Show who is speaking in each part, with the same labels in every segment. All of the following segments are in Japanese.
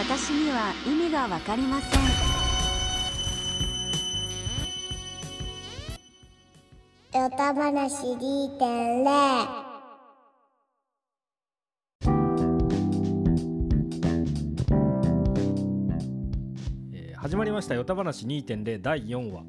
Speaker 1: は意味が分かりません
Speaker 2: ヨタ話2.0
Speaker 3: えー始まりました「よた話2.0」第4話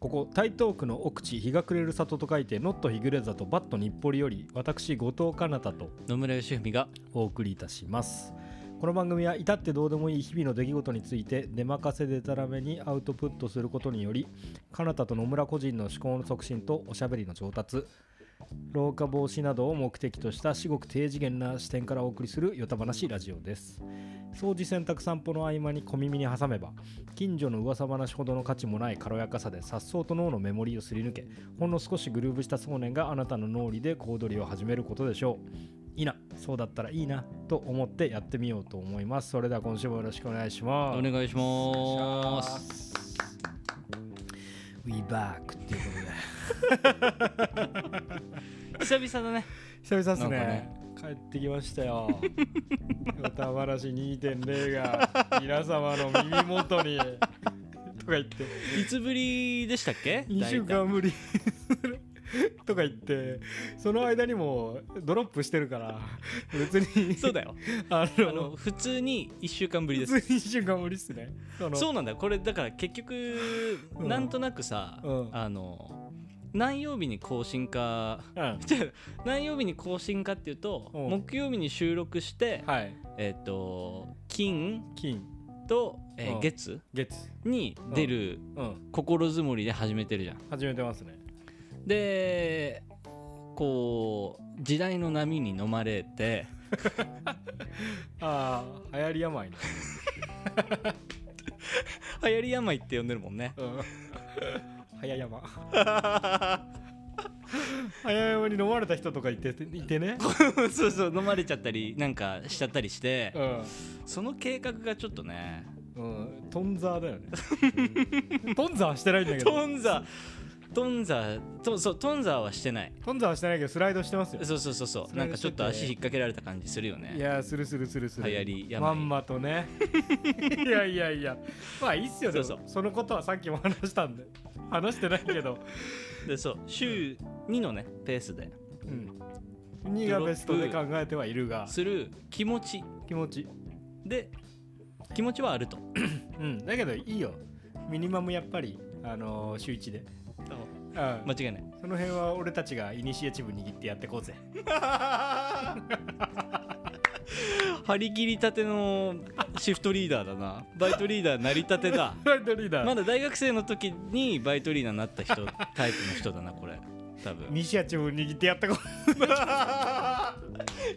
Speaker 3: ここ台東区の奥地日が暮れる里と書いて「ノット日暮れ里バット日暮里」より私後藤かなたと
Speaker 4: 野村義文が
Speaker 3: お送りいたしますこの番組は至ってどうでもいい日々の出来事について出任せでたらめにアウトプットすることによりかなたと野村個人の思考の促進とおしゃべりの上達老化防止などを目的とした至極低次元な視点からお送りするよた話ラジオです掃除洗濯散歩の合間に小耳に挟めば近所の噂話ほどの価値もない軽やかさで颯爽と脳のメモリーをすり抜けほんの少しグルーブした少年があなたの脳裏で小躍りを始めることでしょういいなそうだったらいいなと思ってやってみようと思いますそれでは今週もよろしくお願いします
Speaker 4: お願いしま
Speaker 3: お願いし
Speaker 4: す。
Speaker 3: ます We back っていうことで
Speaker 4: 久々だね。
Speaker 3: 久々ですね
Speaker 4: な
Speaker 3: 帰
Speaker 4: ん
Speaker 3: ってきましたよ歌話2.0が皆様の耳元にとか言って
Speaker 4: いつぶりでしたっけ？
Speaker 3: 2週
Speaker 4: 大体。
Speaker 3: 間 ぶりとか言ってその間にもドロップしてるから別に
Speaker 4: そうだよ。
Speaker 3: あ
Speaker 4: あ
Speaker 3: の
Speaker 4: の普通に一週間ぶりで
Speaker 3: 別
Speaker 4: す。
Speaker 3: に1週間ぶりっすねその
Speaker 4: そうなんだよ。これだから結局
Speaker 3: うん
Speaker 4: なんとなくさ
Speaker 3: うん、
Speaker 4: あの何曜日に更新か。
Speaker 3: うん
Speaker 4: 違う何曜日に更新かっていうと
Speaker 3: うん
Speaker 4: 木曜日に収録して、
Speaker 3: はい
Speaker 4: えっ、と金
Speaker 3: 金
Speaker 4: と、えー
Speaker 3: うん
Speaker 4: 月
Speaker 3: 月
Speaker 4: に出る
Speaker 3: うん
Speaker 4: 心づもりで始めてるじゃん。
Speaker 3: 始めてますね
Speaker 4: でこう時代の波に飲まれて
Speaker 3: ああ流行り病ね、
Speaker 4: 流行り病って呼んでるもんね
Speaker 3: うん、 早山 早山に飲まれた人とかいていて ね、
Speaker 4: そうそう飲まれちゃったり なんかしちゃったりして
Speaker 3: うん
Speaker 4: その計画がちょっとね
Speaker 3: うん、トンザーだよね トンザーはしてないんだけ
Speaker 4: ト
Speaker 3: ど
Speaker 4: ンザトンザとそうトンザはしてない
Speaker 3: トンザーはしてないけどスライドしてますよ
Speaker 4: そうそうそうそう
Speaker 3: それ
Speaker 4: なんかちょっと足引っ掛けられた感じするよ
Speaker 3: い
Speaker 4: ね
Speaker 3: やーするするするする
Speaker 4: 流行り病
Speaker 3: まんまと ねいやいやいやまあいいっすよでも
Speaker 4: そうそ
Speaker 3: そのことはさっきも話したんで話してないけど、
Speaker 4: でそう週2のねペースで
Speaker 3: うん、2がベストで考えてはいるが
Speaker 4: する気持ち
Speaker 3: 気持ち
Speaker 4: で気持ちはあると
Speaker 3: うんだけどいいよミニマムやっぱりあのー週1で、うん
Speaker 4: 間違いない
Speaker 3: その辺は俺たちがイニシアチブ握ってやってこうぜ
Speaker 4: 張り切りたてのシフトリーダーだなバイトリーダーなりたてだ
Speaker 3: フライドリーダー、
Speaker 4: まだ大学生の時にバイトリーダーになった人タイプの人だなこれ多
Speaker 3: イ
Speaker 4: 分
Speaker 3: ニシアチブ握ってやってこう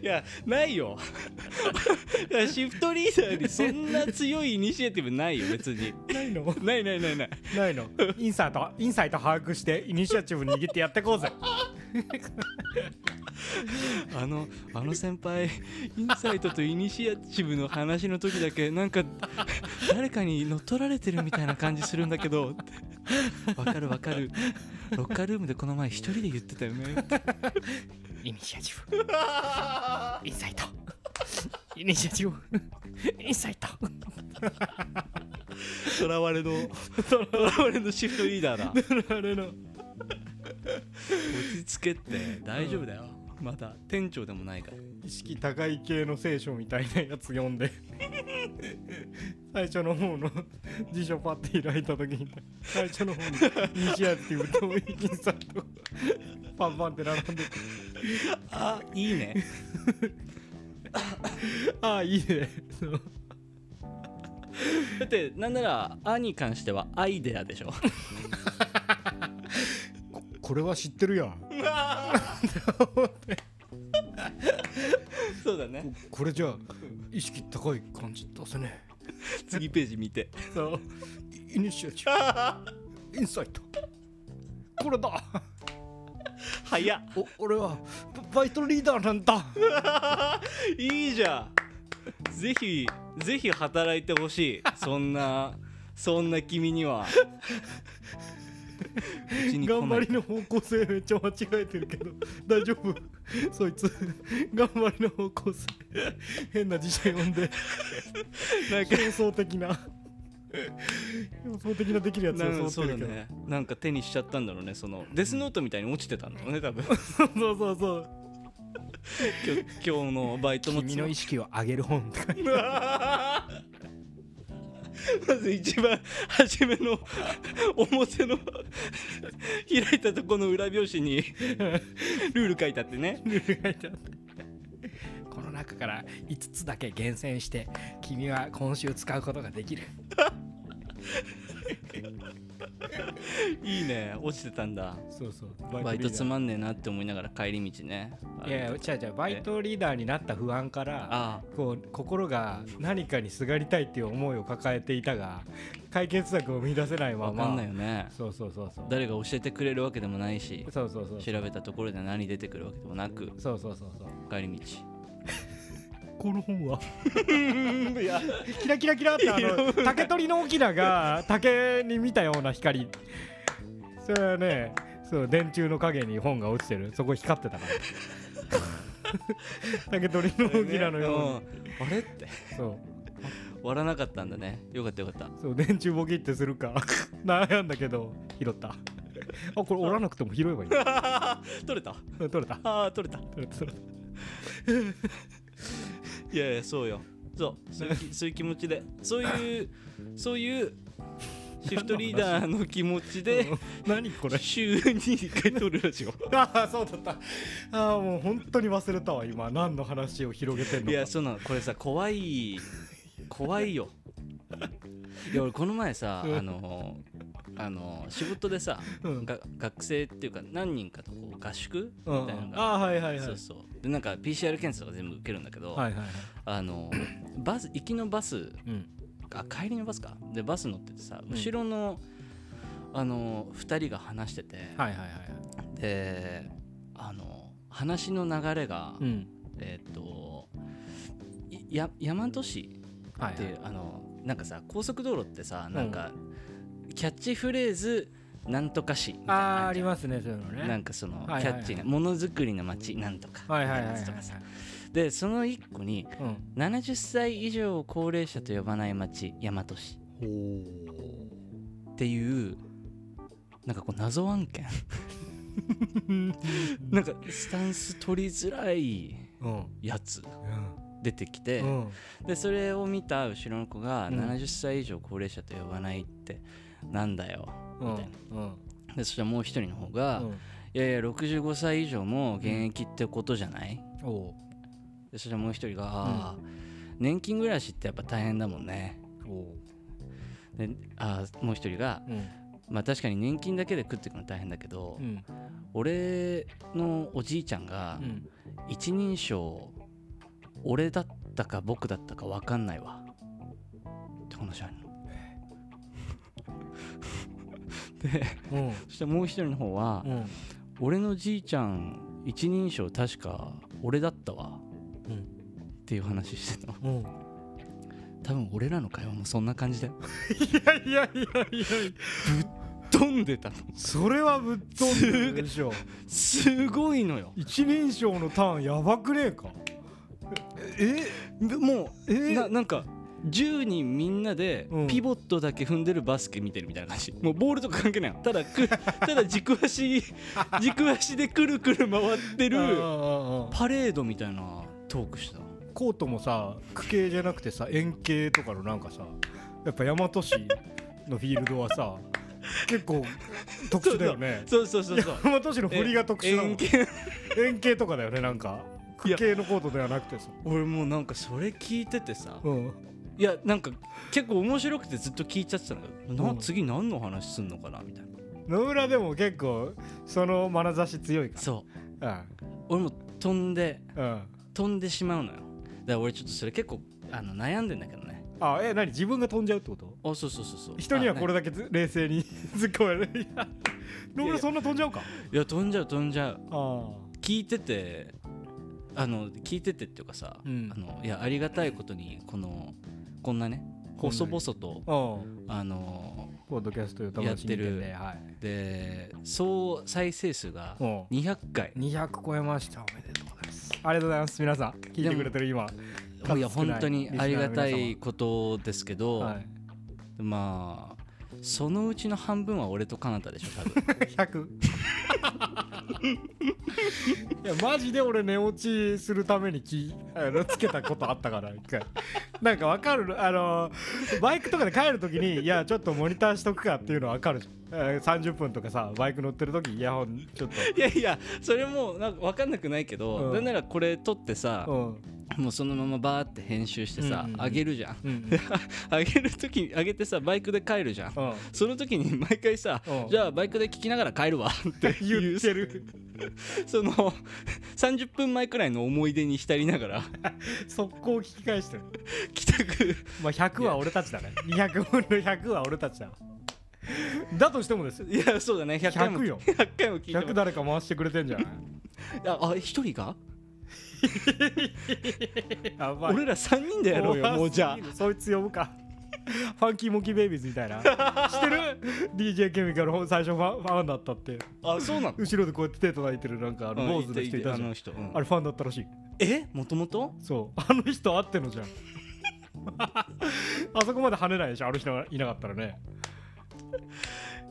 Speaker 4: いやないよ いやシフトリーダーにそんな強いイニシアティブないよ別に
Speaker 3: ないの
Speaker 4: ないないないない
Speaker 3: ないのインサイトインサイト把握してイニシアチブ握ってやってこうぜ
Speaker 4: あのあの先輩 インサイトとイニシアチブの話の時だけなんか誰かに乗っ取られてるみたいな感じするんだけどわかるわかるロッカールームでこの前一人で言ってたよね
Speaker 3: イニシアチブインサイトイニシアチブインサイト
Speaker 4: 囚われの囚われのシフトリー ダーだ落
Speaker 3: あれの
Speaker 4: ち着けって大丈夫だよ、まだ店長でもないから
Speaker 3: 意識高い系の聖書みたいなやつ読んで最初の方の辞書パッて開いた時に最初の方にイニシアチブとインサイトパンパンって並んで
Speaker 4: あいいね
Speaker 3: ああいいね
Speaker 4: だってなんなら「あ」に関しては「アイデア」でしょ
Speaker 3: これは知ってるやん
Speaker 4: そうだね
Speaker 3: これじゃあ意識高い感じ出せね
Speaker 4: 次ページ見て
Speaker 3: そうイニシアチブインサイトこれだ
Speaker 4: 早っ
Speaker 3: お俺はババイトリーダーなんだ
Speaker 4: いいじゃんぜひぜひ働いてほしいそんなそんな君にはうちに来
Speaker 3: 頑
Speaker 4: な
Speaker 3: 張
Speaker 4: い
Speaker 3: りの方向性めっちゃ間違えてるけど大丈夫そいつ頑張りの方向性変な辞書読んで
Speaker 4: なんか
Speaker 3: 表層的な表層的なできるやつ
Speaker 4: なん
Speaker 3: を
Speaker 4: か
Speaker 3: 装
Speaker 4: そ
Speaker 3: っ
Speaker 4: う
Speaker 3: てる
Speaker 4: だ
Speaker 3: けど
Speaker 4: ねなんか手にしちゃったんだろうねそのデスノートみたいに落ちてたんだろうね 多分
Speaker 3: そうそうそうそう
Speaker 4: 今日 今日のバイトも
Speaker 3: 君の意識を上げる本とか
Speaker 4: うわあまず一番初めの表の開いたとこの裏表紙にルール書いてあってね
Speaker 3: ルールが書いてあってこの中から5つだけ厳選して君は今週使うことができる
Speaker 4: いいね落ちてたんだ
Speaker 3: そうそう
Speaker 4: バイトつ
Speaker 3: ん
Speaker 4: まんねえなって思いながら帰り道ね
Speaker 3: いやいや違う違うバイトリーダーになった不安から
Speaker 4: あ
Speaker 3: こう心が何かにすがりたいっていう思いを抱えていたが解決策を見出せない
Speaker 4: あ
Speaker 3: ま
Speaker 4: 分かん
Speaker 3: ま
Speaker 4: ないよね
Speaker 3: そうそうそうそう
Speaker 4: 誰が教えてくれるわけでもないし
Speaker 3: そうそうそう
Speaker 4: 調べたところで何出てくるわけでもなく
Speaker 3: そうそうそうそう
Speaker 4: 帰り道
Speaker 3: この本 はキラキラキラってあの竹取の沖縄が竹に見たような光それはねそう電柱の影に本が落ちてるそこ光ってたから 竹取の沖縄のよ
Speaker 4: うんあれっ
Speaker 3: う
Speaker 4: て
Speaker 3: にそう
Speaker 4: 割らなかったんだねよかったよかった
Speaker 3: そう電柱ボキってするか 悩んだけど拾ったあこれ折らなくても拾えばいい
Speaker 4: 取れた
Speaker 3: 取れた
Speaker 4: ああ取れた
Speaker 3: 取れた取れた
Speaker 4: いやいやそうよそうそうい うきそういう気持ちでそういうそういうシフトリーダーの気持 ちで
Speaker 3: 何これ
Speaker 4: 週に1回撮るラジオ
Speaker 3: ああそうだったああもう本当に忘れたわ今何の話を広げてんのか
Speaker 4: いやそうなのこれさ怖い怖いよいや俺この前さ
Speaker 3: うん
Speaker 4: あのあの仕事でさ、
Speaker 3: うん
Speaker 4: が学生っていうか何人かとこう合宿みたいなのが、
Speaker 3: ああはいはいはい
Speaker 4: そうそうでなんか PCR 検査とか全部受けるんだけど、
Speaker 3: はいはいはい
Speaker 4: あのバス行きのバス
Speaker 3: うん
Speaker 4: あ帰りのバスかでバス乗っててさ
Speaker 3: ん
Speaker 4: 後ろの、あの2人が話してて、
Speaker 3: はいはいはいはい
Speaker 4: であの話の流れが、
Speaker 3: うん
Speaker 4: えっ、といや大和市
Speaker 3: はい
Speaker 4: って、
Speaker 3: はい
Speaker 4: あのなんかさ高速道路ってさなんか、キャッチフレーズなんとか市みたい
Speaker 3: あ
Speaker 4: なの
Speaker 3: あ
Speaker 4: あ
Speaker 3: あ
Speaker 4: る
Speaker 3: り
Speaker 4: じゃん
Speaker 3: ますねそういうのね
Speaker 4: なんかその、
Speaker 3: はいはいはい
Speaker 4: キャッチなものづくりの街なんとか、
Speaker 3: はいはいはいは
Speaker 4: みた
Speaker 3: い
Speaker 4: なや
Speaker 3: は
Speaker 4: つと
Speaker 3: い
Speaker 4: かさでその1個に
Speaker 3: うん
Speaker 4: 70歳以上を高齢者と呼ばない町大和市っていうなんかこう謎 案件なんかスタンス取りづらい
Speaker 3: うん
Speaker 4: やつ
Speaker 3: うん
Speaker 4: 出てきて、
Speaker 3: うん
Speaker 4: でそれを見た後ろの子が
Speaker 3: う
Speaker 4: 「
Speaker 3: ん
Speaker 4: 70歳以上高齢者と呼ばないってなんだよ」
Speaker 3: うん
Speaker 4: みたい
Speaker 3: うん
Speaker 4: なでそしたらもう一人の方が「
Speaker 3: うん
Speaker 4: いやいや65歳以上も現役ってことじゃない?
Speaker 3: おお」
Speaker 4: でそしたらもう一人が「あー年金暮らしってやっぱ大変だもんね
Speaker 3: おお」
Speaker 4: であーもう一人が
Speaker 3: うん
Speaker 4: 「まあ確かに年金だけで食っていくの大変だけど、
Speaker 3: うん
Speaker 4: 俺のおじいちゃんが
Speaker 3: うん
Speaker 4: 一人称俺だったか僕だったか分かんないわって話あるの。で
Speaker 3: うん
Speaker 4: そしてもう一人の方は、
Speaker 3: うん
Speaker 4: 俺のじいちゃん一人称確か俺だったわ、
Speaker 3: うん
Speaker 4: っていう話してたの
Speaker 3: うん
Speaker 4: 多分俺らの会話もそんな感じだよ
Speaker 3: いやいやいやいや
Speaker 4: 飛んでたの
Speaker 3: それはぶっ飛んでるでしょ
Speaker 4: すごいのよ
Speaker 3: 一人称のターンやばくねえかえ
Speaker 4: でもう、
Speaker 3: えー
Speaker 4: ななんか10人みんなで
Speaker 3: うん
Speaker 4: ピボットだけ踏んでるバスケ見てるみたいな感じ、もうボールとか関係ないのただく ただ 軸足軸足でくるくる回って
Speaker 3: ああ
Speaker 4: る
Speaker 3: ああああ
Speaker 4: パレードみたいなトークしてたの
Speaker 3: コートもさ区形じゃなくてさ円形とかのなんかさやっぱ大和市のフィールドは さ結構特殊だよね
Speaker 4: そうそうそうそう
Speaker 3: 大和市 の振りが特殊だもん
Speaker 4: 円形
Speaker 3: 円形とかだよねなんか
Speaker 4: い
Speaker 3: 区
Speaker 4: や
Speaker 3: 形のコートではなくてさ
Speaker 4: 俺もうなんかそれ聞いててさ
Speaker 3: うん
Speaker 4: いやなんか結構面白くてずっと聞いちゃってたんだけどな
Speaker 3: うん
Speaker 4: 次何の話すんのかなみたいな
Speaker 3: 野村でも結構その眼差し強いか
Speaker 4: そう
Speaker 3: ら
Speaker 4: 俺も飛んで
Speaker 3: うんうん
Speaker 4: 飛んでしまうのよだから俺ちょっとそれ結構あの悩んでんだけどね
Speaker 3: あえ何自分が飛んじゃうってこと
Speaker 4: あそうそうそうそう
Speaker 3: 人には
Speaker 4: あ
Speaker 3: これだけず冷静に突っ込まれるいや野村そんな飛んじゃうか
Speaker 4: 何いや飛んじゃう飛んじゃう
Speaker 3: ああ
Speaker 4: 聞いててあの聞いててっていうかさ、
Speaker 3: うん
Speaker 4: あのいやありがたいことにこのこんなね
Speaker 3: こんなに
Speaker 4: 細々と
Speaker 3: ああ
Speaker 4: あの
Speaker 3: ポッドキャストよたまし人間で、はい、
Speaker 4: で総再生数が
Speaker 3: もう
Speaker 4: 200回
Speaker 3: 200超えましたおめでとうございますありがとうございます皆さん聞いてくれてる今
Speaker 4: いや本当にありがたい
Speaker 3: こ
Speaker 4: ことですけど、
Speaker 3: とはい、
Speaker 4: まあそのうちの半分は俺とカナタでしょ多分
Speaker 3: 100いやマジで俺寝落ちするためにきあのつけたことあったから一回なんかわかるあのバイクとかで帰るときにいやちょっとモニターしとくかっていうのわかるじゃんえー30分とかさバイク乗ってる時イヤホンちょっ
Speaker 4: いやいやそれもなんか分かんなくないけど、
Speaker 3: うん
Speaker 4: なんならこれ撮ってさ
Speaker 3: と、、うん
Speaker 4: もうそのままバーって編集してさ、
Speaker 3: うんうんうん
Speaker 4: 上げるじゃん
Speaker 3: うん
Speaker 4: 上げる時に上げてさバイクで帰るじゃん、
Speaker 3: うん、
Speaker 4: その時に毎回さ、
Speaker 3: うん
Speaker 4: じゃあバイクで聞きながら帰るわってい
Speaker 3: 言
Speaker 4: う
Speaker 3: ってる
Speaker 4: その30分前くらいの思い出に浸りな がら
Speaker 3: 速攻聞き返してる
Speaker 4: 帰宅
Speaker 3: まあ100は俺たちだね200分の100は俺たちだわだとしてもですよ
Speaker 4: いやそうだね100回も
Speaker 3: 100よ
Speaker 4: 100回も聞いて
Speaker 3: 100
Speaker 4: も
Speaker 3: 誰か回してくれてんじゃない
Speaker 4: ああ一人が
Speaker 3: やばい
Speaker 4: 俺ら3人でや ろうよ
Speaker 3: 怖
Speaker 4: もうじゃあ
Speaker 3: すぎるそいつ呼ぶかファンキーモンキーベイビーズみたいなしてる DJ ケミカルほん最初ファンファンだったって
Speaker 4: あそうなの
Speaker 3: 後ろでこうやって手叩いてるなんかあの 坊主の人いた
Speaker 4: あ
Speaker 3: じゃん
Speaker 4: の人、うん
Speaker 3: あれファンだったらしい
Speaker 4: えもともと
Speaker 3: そうあの人あってのじゃん あそこまで跳ねないでしょあの人がいなかったらね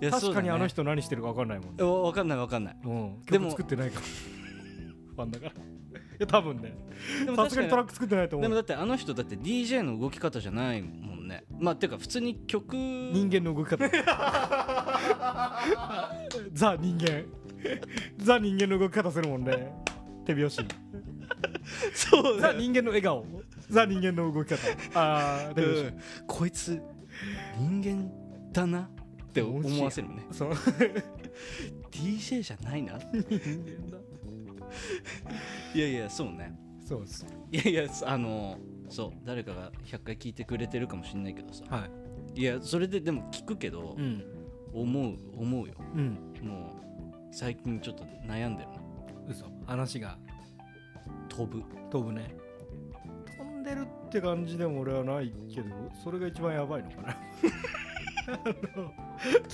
Speaker 3: 確かにあの人何してるか分かんないもんね
Speaker 4: 分かんない分かんない
Speaker 3: うん
Speaker 4: でも
Speaker 3: 曲作ってないからファンだからいや多分ね
Speaker 4: でも
Speaker 3: さすが
Speaker 4: 確か
Speaker 3: に
Speaker 4: に
Speaker 3: トラック作ってないと
Speaker 4: で
Speaker 3: 思
Speaker 4: も
Speaker 3: う
Speaker 4: だってあの人だって DJ の動き方じゃないもんねまあてか普通に曲
Speaker 3: 人間の動き方ザ人間ザ人間の動き方するもんね手拍子
Speaker 4: そう
Speaker 3: ザ
Speaker 4: だよ、
Speaker 3: 人間の笑顔ザ人間の動き方あー
Speaker 4: う
Speaker 3: 手拍
Speaker 4: ん、こいつ人間だなって思わせるね
Speaker 3: 子そう
Speaker 4: DJ じゃないな いやいやそうね
Speaker 3: そうです
Speaker 4: いやいやあのそう誰かが100回聞いてくれてるかもしんないけどさ
Speaker 3: はい
Speaker 4: いやそれででも聞くけど、
Speaker 3: うん
Speaker 4: 思う思うよ
Speaker 3: うん
Speaker 4: もう最近ちょっと悩んでるの
Speaker 3: 嘘話が
Speaker 4: 飛ぶ
Speaker 3: 飛ぶね飛んでるって感じでも俺はないけどそれが一番やばいの かな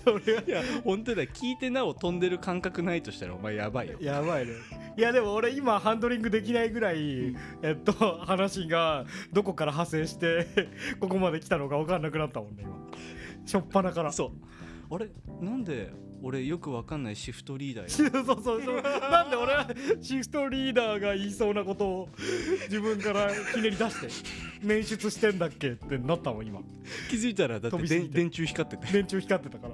Speaker 4: それはいや本当だよ聞いてなお飛んでる感覚ないとしたらお前やばいよ
Speaker 3: やばいねいやでも俺今ハンドリングできないぐらい、えっと話がどこから派生して ここまで来たのか分かんなくなったもんね今しょっぱなから
Speaker 4: そうあれなんで俺よくわかんないシフトリーダ ー
Speaker 3: そうそうそうそうなんで俺はシフトリーダーが言いそうなことを自分からひねり出して捻出してんだっけってなったもん今
Speaker 4: 気づいたらだって
Speaker 3: 飛びすぎ
Speaker 4: 電
Speaker 3: て
Speaker 4: 電柱光ってて
Speaker 3: 電柱光ってたから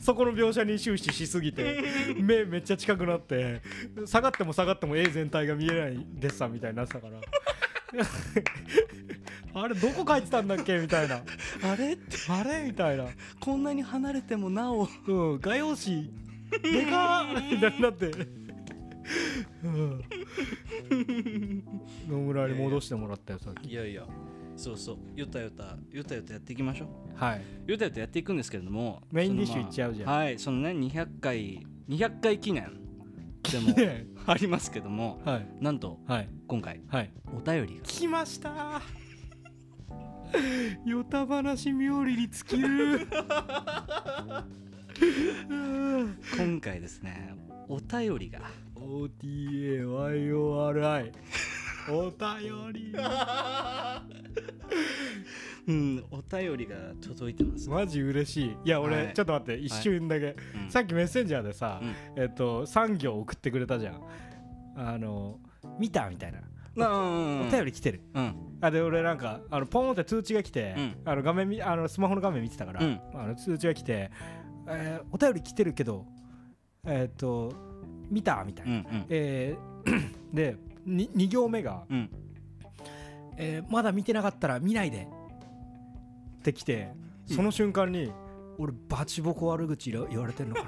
Speaker 3: そこの描写に終始しすぎ て目めっちゃ近くなって下がっても下がっても絵全体が見えないデッサンみたいになってたから あれどこ描いてたんだっけみたいな
Speaker 4: あれって
Speaker 3: あれみたいな
Speaker 4: こんなに離れてもなお
Speaker 3: うん画用紙でかーみたいになってうん野村に戻してもらったよさっき
Speaker 4: いやいやそうそうヨタヨタヨタヨタやっていきましょう
Speaker 3: はい
Speaker 4: ヨタヨタやっていくんですけれども
Speaker 3: メインディッシュいっちゃうじゃん
Speaker 4: そのまあはいそのね200回200回記念で も
Speaker 3: 記念
Speaker 4: ありますけども
Speaker 3: はい
Speaker 4: なんと
Speaker 3: はい
Speaker 4: 今回
Speaker 3: はい
Speaker 4: お便り
Speaker 3: 来ました よた話冥利に尽きる
Speaker 4: が今回ですねお便りが
Speaker 3: OTAYORI お便り
Speaker 4: うんお便りが届いてます、
Speaker 3: マジ嬉しいいや俺、
Speaker 4: はい
Speaker 3: ちょっと待って一瞬だけ、
Speaker 4: うん
Speaker 3: さっきメッセンジャーでさ、
Speaker 4: うん
Speaker 3: えっと3行送ってくれたじゃんあの見たみたいな、
Speaker 4: うん
Speaker 3: お便り来てる
Speaker 4: うん
Speaker 3: あで俺なんかあのポンって通知が来て、
Speaker 4: うん
Speaker 3: あの画面みあのスマホの画面見てたから、
Speaker 4: うん
Speaker 3: あの通知が来て、えーお便り来てるけどえっ、と見たみたい
Speaker 4: うんう
Speaker 3: な、
Speaker 4: ん
Speaker 3: えー で 2, 2行目が、
Speaker 4: うん
Speaker 3: えーまだ見てなかったら見ないで」って来てその瞬間に、俺バチボコ悪口言わ言われてんのか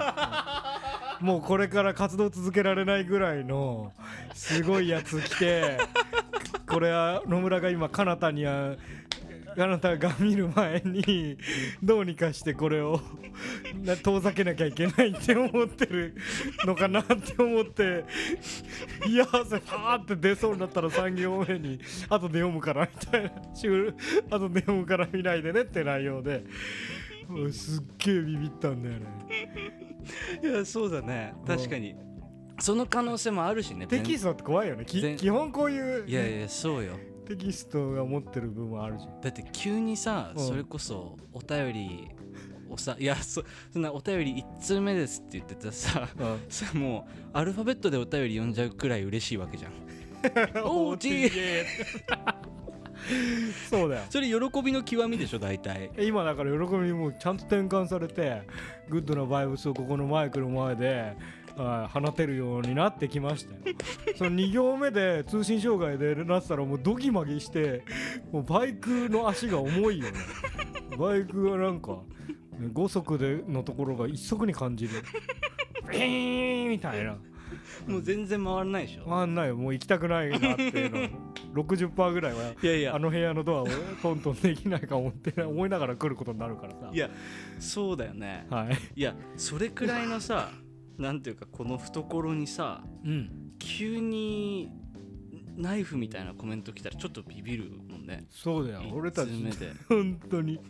Speaker 3: なもうこれから活動続けられないぐらいのすごいやつ来てこれは野村が今かなたには。あなたが見る前にどうにかしてこれをな遠ざけなきゃいけないって思ってるのかなって思っていや汗パーって出そうになったら3行目に後で読むからみたいな終後で読むから見ないでねって内容で俺すっげえビビったんだよね
Speaker 4: いやそうだね確かにその可能性もあるしね
Speaker 3: テキストって怖いよねき
Speaker 4: 全
Speaker 3: 基本こういう
Speaker 4: いやいやそうよ
Speaker 3: テキストが持ってる部分はあるじゃん
Speaker 4: だって急にさ
Speaker 3: うん
Speaker 4: それこそお便りをさいやそそんなお便り1通目ですって言ってたさ さもうアルファベットでお便り読んじゃうくらい嬉しいわけじゃんおうち
Speaker 3: そうだよ
Speaker 4: それ喜びの極みでしょ大体
Speaker 3: 今だから喜びにもうちゃんと転換されてグッドなバイブスをここのマイクの前ではい放てるようになってきましたよその2行目で通信障害でなってたらもうドギマギしてもうバイクの足が重いよねバイクがなんか5速でのところが1速に感じるピーンみたいな
Speaker 4: もう全然回らないでしょ
Speaker 3: あんないよもう行きたくないなっていうの60%ぐらいはい
Speaker 4: やいや
Speaker 3: あの部屋のドアをトントンできないか思って思いながら来ることになるからさ
Speaker 4: いやそうだよね
Speaker 3: はい
Speaker 4: いやそれくらいのさなんていうかこの懐にさ
Speaker 3: うん
Speaker 4: 急にナイフみたいなコメント来たらちょっとビビるもんね
Speaker 3: そうだよ俺たち
Speaker 4: 一通目で
Speaker 3: 本当に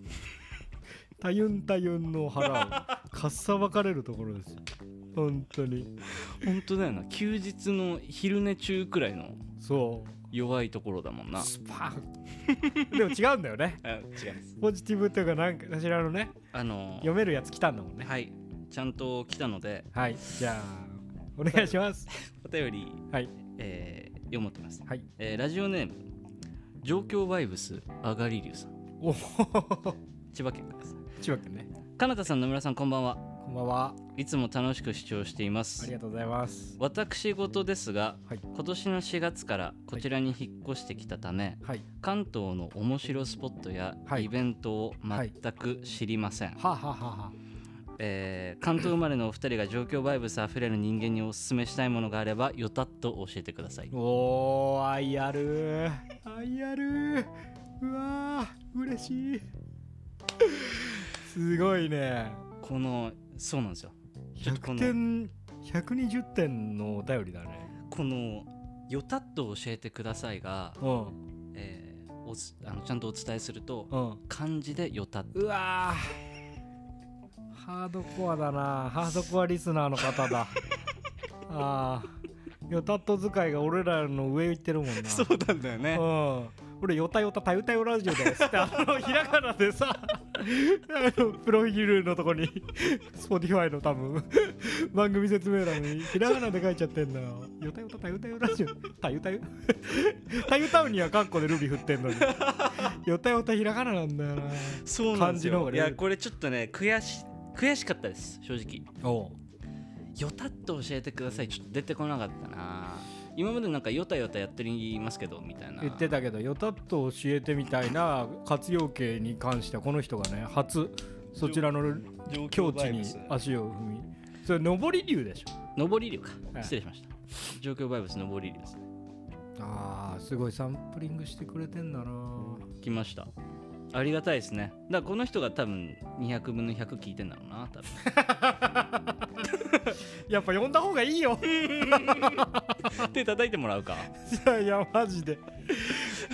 Speaker 3: たゆんたゆんの腹をかっさばかれるところですよ本当に
Speaker 4: 本当だよな休日の昼寝中くらいの
Speaker 3: そ
Speaker 4: 弱いところだもん
Speaker 3: う
Speaker 4: な
Speaker 3: スパ ンでも違うんだよね
Speaker 4: あ違います
Speaker 3: ポジティブというか何かしらのね
Speaker 4: あの
Speaker 3: 読めるやつ来たんだもんね
Speaker 4: はいちゃんと来たので
Speaker 3: はいじゃあお願いします
Speaker 4: お便り、
Speaker 3: はい
Speaker 4: えー読もうと思います、
Speaker 3: はい
Speaker 4: えーラジオネーム状況バイブスあがりりゅうさん
Speaker 3: おお
Speaker 4: 千葉県からです
Speaker 3: 千葉君ね
Speaker 4: かなたさん野村さんこんばんは
Speaker 3: こんばんはい
Speaker 4: つも楽しく視聴していま
Speaker 3: あ
Speaker 4: す
Speaker 3: りがとうございます
Speaker 4: 私事ですが、
Speaker 3: はい
Speaker 4: 今年の4月からこちらに引っ越してきたため、
Speaker 3: はい
Speaker 4: 関東の面白スポットや
Speaker 3: はい
Speaker 4: イベントを全く知りません、
Speaker 3: はあ、はあはあはあ
Speaker 4: えー関東生まれのお二人が状況バイブスあふれる人間におすすめしたいものがあればよたっと教えてください
Speaker 3: おー愛ある愛あるうわー嬉し いすごいね
Speaker 4: このそうなんですよちょっとこ
Speaker 3: 100
Speaker 4: の
Speaker 3: 点120点のお便りだね
Speaker 4: この「よたっと教えてくださいが」
Speaker 3: うん
Speaker 4: えーおつあのちゃんとお伝えすると
Speaker 3: うん
Speaker 4: 漢字で「よたっと
Speaker 3: うわーハードコアだなハードコアリスナーの方 だあーよたっと使いが俺らの上行ってるもん な」
Speaker 4: うなんだよね
Speaker 3: うん、俺ヨタヨタタヨタヨラジオです ってあのひらがなでさあのプロフィールのとこに Spotify の多分番組説明欄にひらがなで書いちゃってんだよヨタヨタタヨタヨラジオタヨタヨタヨタウンにはカッコでルビ振ってんのにヨタヨタひらがななんだよな
Speaker 4: そうなん
Speaker 3: 漢
Speaker 4: です
Speaker 3: 字の方
Speaker 4: よ
Speaker 3: が
Speaker 4: い
Speaker 3: ね
Speaker 4: やこれちょっとね悔し悔しかったです正直
Speaker 3: お
Speaker 4: よたっと教えてくださいちょっと出てこなかったな今までなんかよたよたやってりますけどみたいな
Speaker 3: 言ってたけどヨタっと教えてみたいな活用形に関してはこの人がね初そちらの境地に足を踏みそれ上り竜でしょ
Speaker 4: 上り流か、
Speaker 3: はい
Speaker 4: 失礼しました状況バイブス上り流です
Speaker 3: あーすごいサンプリングしてくれてんだな
Speaker 4: 来ましたありがたいですねだからこの人が多分200分の100聞いてんだろうな 多分
Speaker 3: やっぱ呼んだ方がいいよ
Speaker 4: 手叩いてもらうか
Speaker 3: いやいやマジで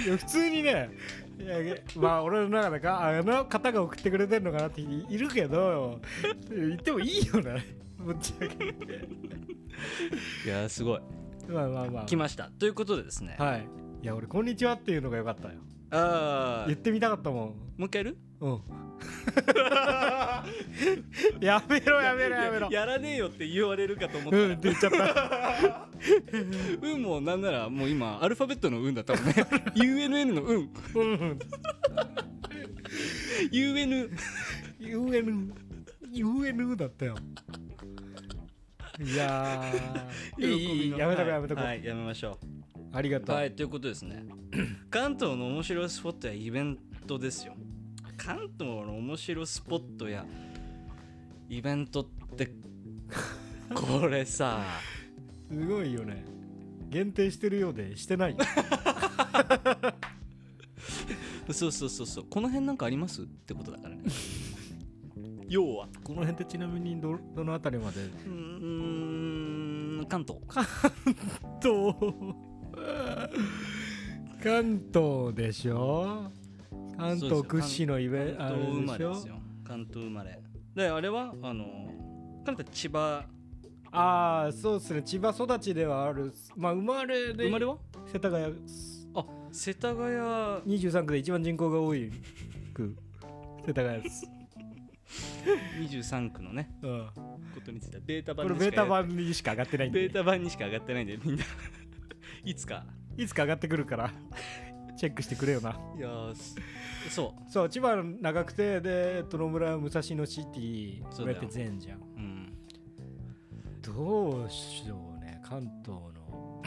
Speaker 3: いや普通にねいやまあ俺の中でかあの方が送ってくれてんのかなっていいるけど言ってもいいよね ぶっちゃけ
Speaker 4: いやーすごい
Speaker 3: まあまあま
Speaker 4: 来ましたということでですね、
Speaker 3: あはいいや俺「こんにちは」っていうのがよかったよ
Speaker 4: ああ
Speaker 3: 言ってみたかったもん
Speaker 4: もう一回やる
Speaker 3: うん やめろやめろやめろ
Speaker 4: やらねえよって言われるかと思った
Speaker 3: う
Speaker 4: ら
Speaker 3: んって言っちゃった
Speaker 4: うんもなんならもう今アルファベットのうんだったも んね UNN のうん
Speaker 3: うんうん
Speaker 4: UN
Speaker 3: UN UN だったよいやー いいいいやめとこうやめとこう、
Speaker 4: はい、はいやめましょ
Speaker 3: ありが
Speaker 4: う
Speaker 3: とう、
Speaker 4: はいということですね関東の面白いスポットやイベントですよ関東の面白いスポットやイベント ってこれさ
Speaker 3: すごいよね限定してるようでしてない
Speaker 4: そうそうそうそうこの辺なんかありますってことだから ね要は
Speaker 3: この辺ってちなみにどどの辺りまで
Speaker 4: うーん関東
Speaker 3: と関東でしょ関東
Speaker 4: そうですよ
Speaker 3: 屈指のイベント
Speaker 4: 関東生
Speaker 3: で
Speaker 4: まれで
Speaker 3: し
Speaker 4: す
Speaker 3: ょ
Speaker 4: よ関東生まれであれはあのかなた千葉
Speaker 3: ああそうですね千葉育ちではあるっすまあ生まれで
Speaker 4: 生まれは
Speaker 3: 世田谷っす
Speaker 4: あ世田谷
Speaker 3: 23区で一番人口が多い区世田谷です、
Speaker 4: 23区のね
Speaker 3: うん、
Speaker 4: ことについてはベータ
Speaker 3: こ
Speaker 4: 版
Speaker 3: れ
Speaker 4: にし
Speaker 3: ベー
Speaker 4: か
Speaker 3: タ版にしか上がってないん
Speaker 4: ベ
Speaker 3: で
Speaker 4: ータ版にしか上がってないんでみんな いつか
Speaker 3: いつか上がってくるからチェックしてくれよない
Speaker 4: やーすそ
Speaker 3: そう千葉長くてでえっと野村は武蔵野シティ
Speaker 4: そ
Speaker 3: こ
Speaker 4: う
Speaker 3: れ
Speaker 4: だ
Speaker 3: っ
Speaker 4: よ
Speaker 3: て全じゃん
Speaker 4: う、うん、
Speaker 3: どうしようね関東の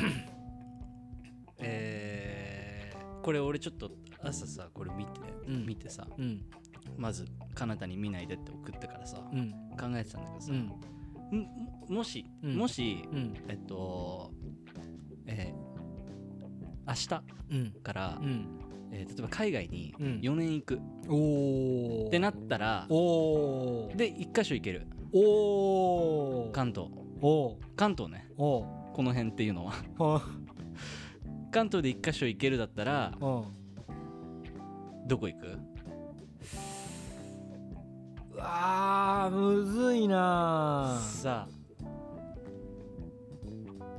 Speaker 4: えー、これ俺ちょっと朝さこれ見て、
Speaker 3: うん
Speaker 4: 見てさ
Speaker 3: うん
Speaker 4: まずかなたに見ないでって送ったからさ、
Speaker 3: うん
Speaker 4: 考えてたんだけどさ、
Speaker 3: うん
Speaker 4: んももし、
Speaker 3: うん
Speaker 4: もし、
Speaker 3: うん
Speaker 4: えっとえー明日
Speaker 3: うん
Speaker 4: から、
Speaker 3: うん
Speaker 4: えー例えば海外に
Speaker 3: うん
Speaker 4: 4年行く
Speaker 3: おお
Speaker 4: ってなったら、
Speaker 3: おー
Speaker 4: で1箇所行ける
Speaker 3: おー
Speaker 4: 関東
Speaker 3: おー
Speaker 4: 関東ね
Speaker 3: お
Speaker 4: この辺っていうのは
Speaker 3: ーは
Speaker 4: 関東で1箇所行けるだったら
Speaker 3: うん
Speaker 4: どこ行く
Speaker 3: うわーむずいなー
Speaker 4: さ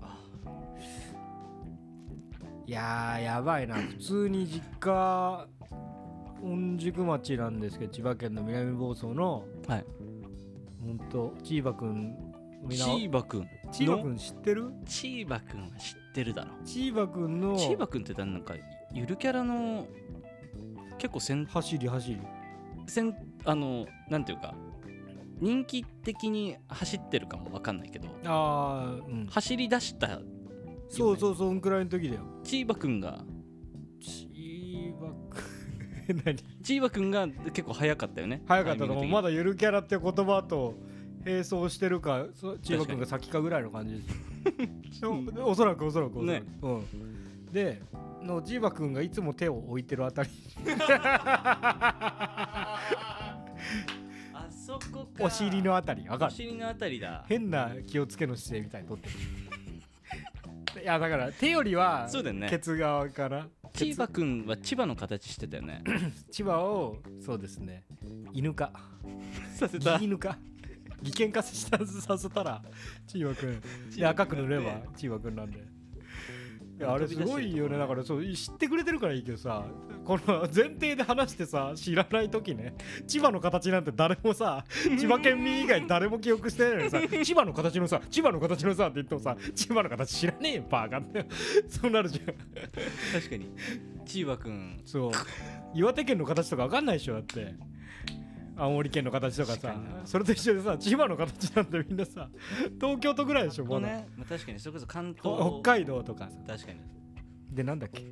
Speaker 4: あ
Speaker 3: いやーやばいな普通に実家御宿町なんですけど千葉県の南房総の
Speaker 4: はい
Speaker 3: ほんとチーバくんみんな
Speaker 4: チーバくん
Speaker 3: チーバく
Speaker 4: の
Speaker 3: ん知ってる
Speaker 4: チーバくんは知ってるだろ
Speaker 3: チーバくんの
Speaker 4: チーバくんってなんかゆるキャラの結構先
Speaker 3: 走り走り
Speaker 4: 先あのなんていうか人気的に走ってるかもわかんないけど
Speaker 3: あーうん
Speaker 4: 走り出した
Speaker 3: そうそうそうそんくらいの時だよ
Speaker 4: チーバくんが
Speaker 3: チーバくんえ 何
Speaker 4: チーバくんが結構早かったよね
Speaker 3: 早かったと
Speaker 4: タイ
Speaker 3: 思う
Speaker 4: ミング的に
Speaker 3: まだゆるキャラって言葉と並走してるかそ千葉君が先かぐらいの感じですで もおそらくおそらくおそらく、
Speaker 4: ね
Speaker 3: うん、での千葉君がいつも手を置いてるあたり
Speaker 4: あそこか
Speaker 3: お尻のあたりわか
Speaker 4: お
Speaker 3: る
Speaker 4: 尻のあたりだ
Speaker 3: 変な気をつけの姿勢みたいにとって るいやだから手よりは
Speaker 4: そうだよね
Speaker 3: ケツ側かな
Speaker 4: 千葉くんは千葉の形してたよ ね
Speaker 3: 千葉をそうですね犬か
Speaker 4: させ
Speaker 3: 義犬か技研化したさせたら千葉君で赤く塗れば千葉君なんで。いやあれすごいよねだからそう知ってくれてるからいいけどさこの前提で話してさ知らない時ね千葉の形なんて誰もさ千葉県民以外誰も記憶してないのにさ千葉の形のさ千葉の形のさって言ってもさ千葉の形知らねえよバカってそうなるじゃん
Speaker 4: 確かに千葉くん
Speaker 3: そう岩手県の形とかわかんないでしょだって青森県の形とか
Speaker 4: 確
Speaker 3: さ
Speaker 4: かにな
Speaker 3: それと一緒でさ千葉の形なんてみんなさ東京都ぐらいでしょ
Speaker 4: こ
Speaker 3: ま
Speaker 4: う
Speaker 3: だ、
Speaker 4: ねまあ確かにそれこそ関東
Speaker 3: ほ北海道とかさ
Speaker 4: 確かに
Speaker 3: でなんだっけ
Speaker 4: い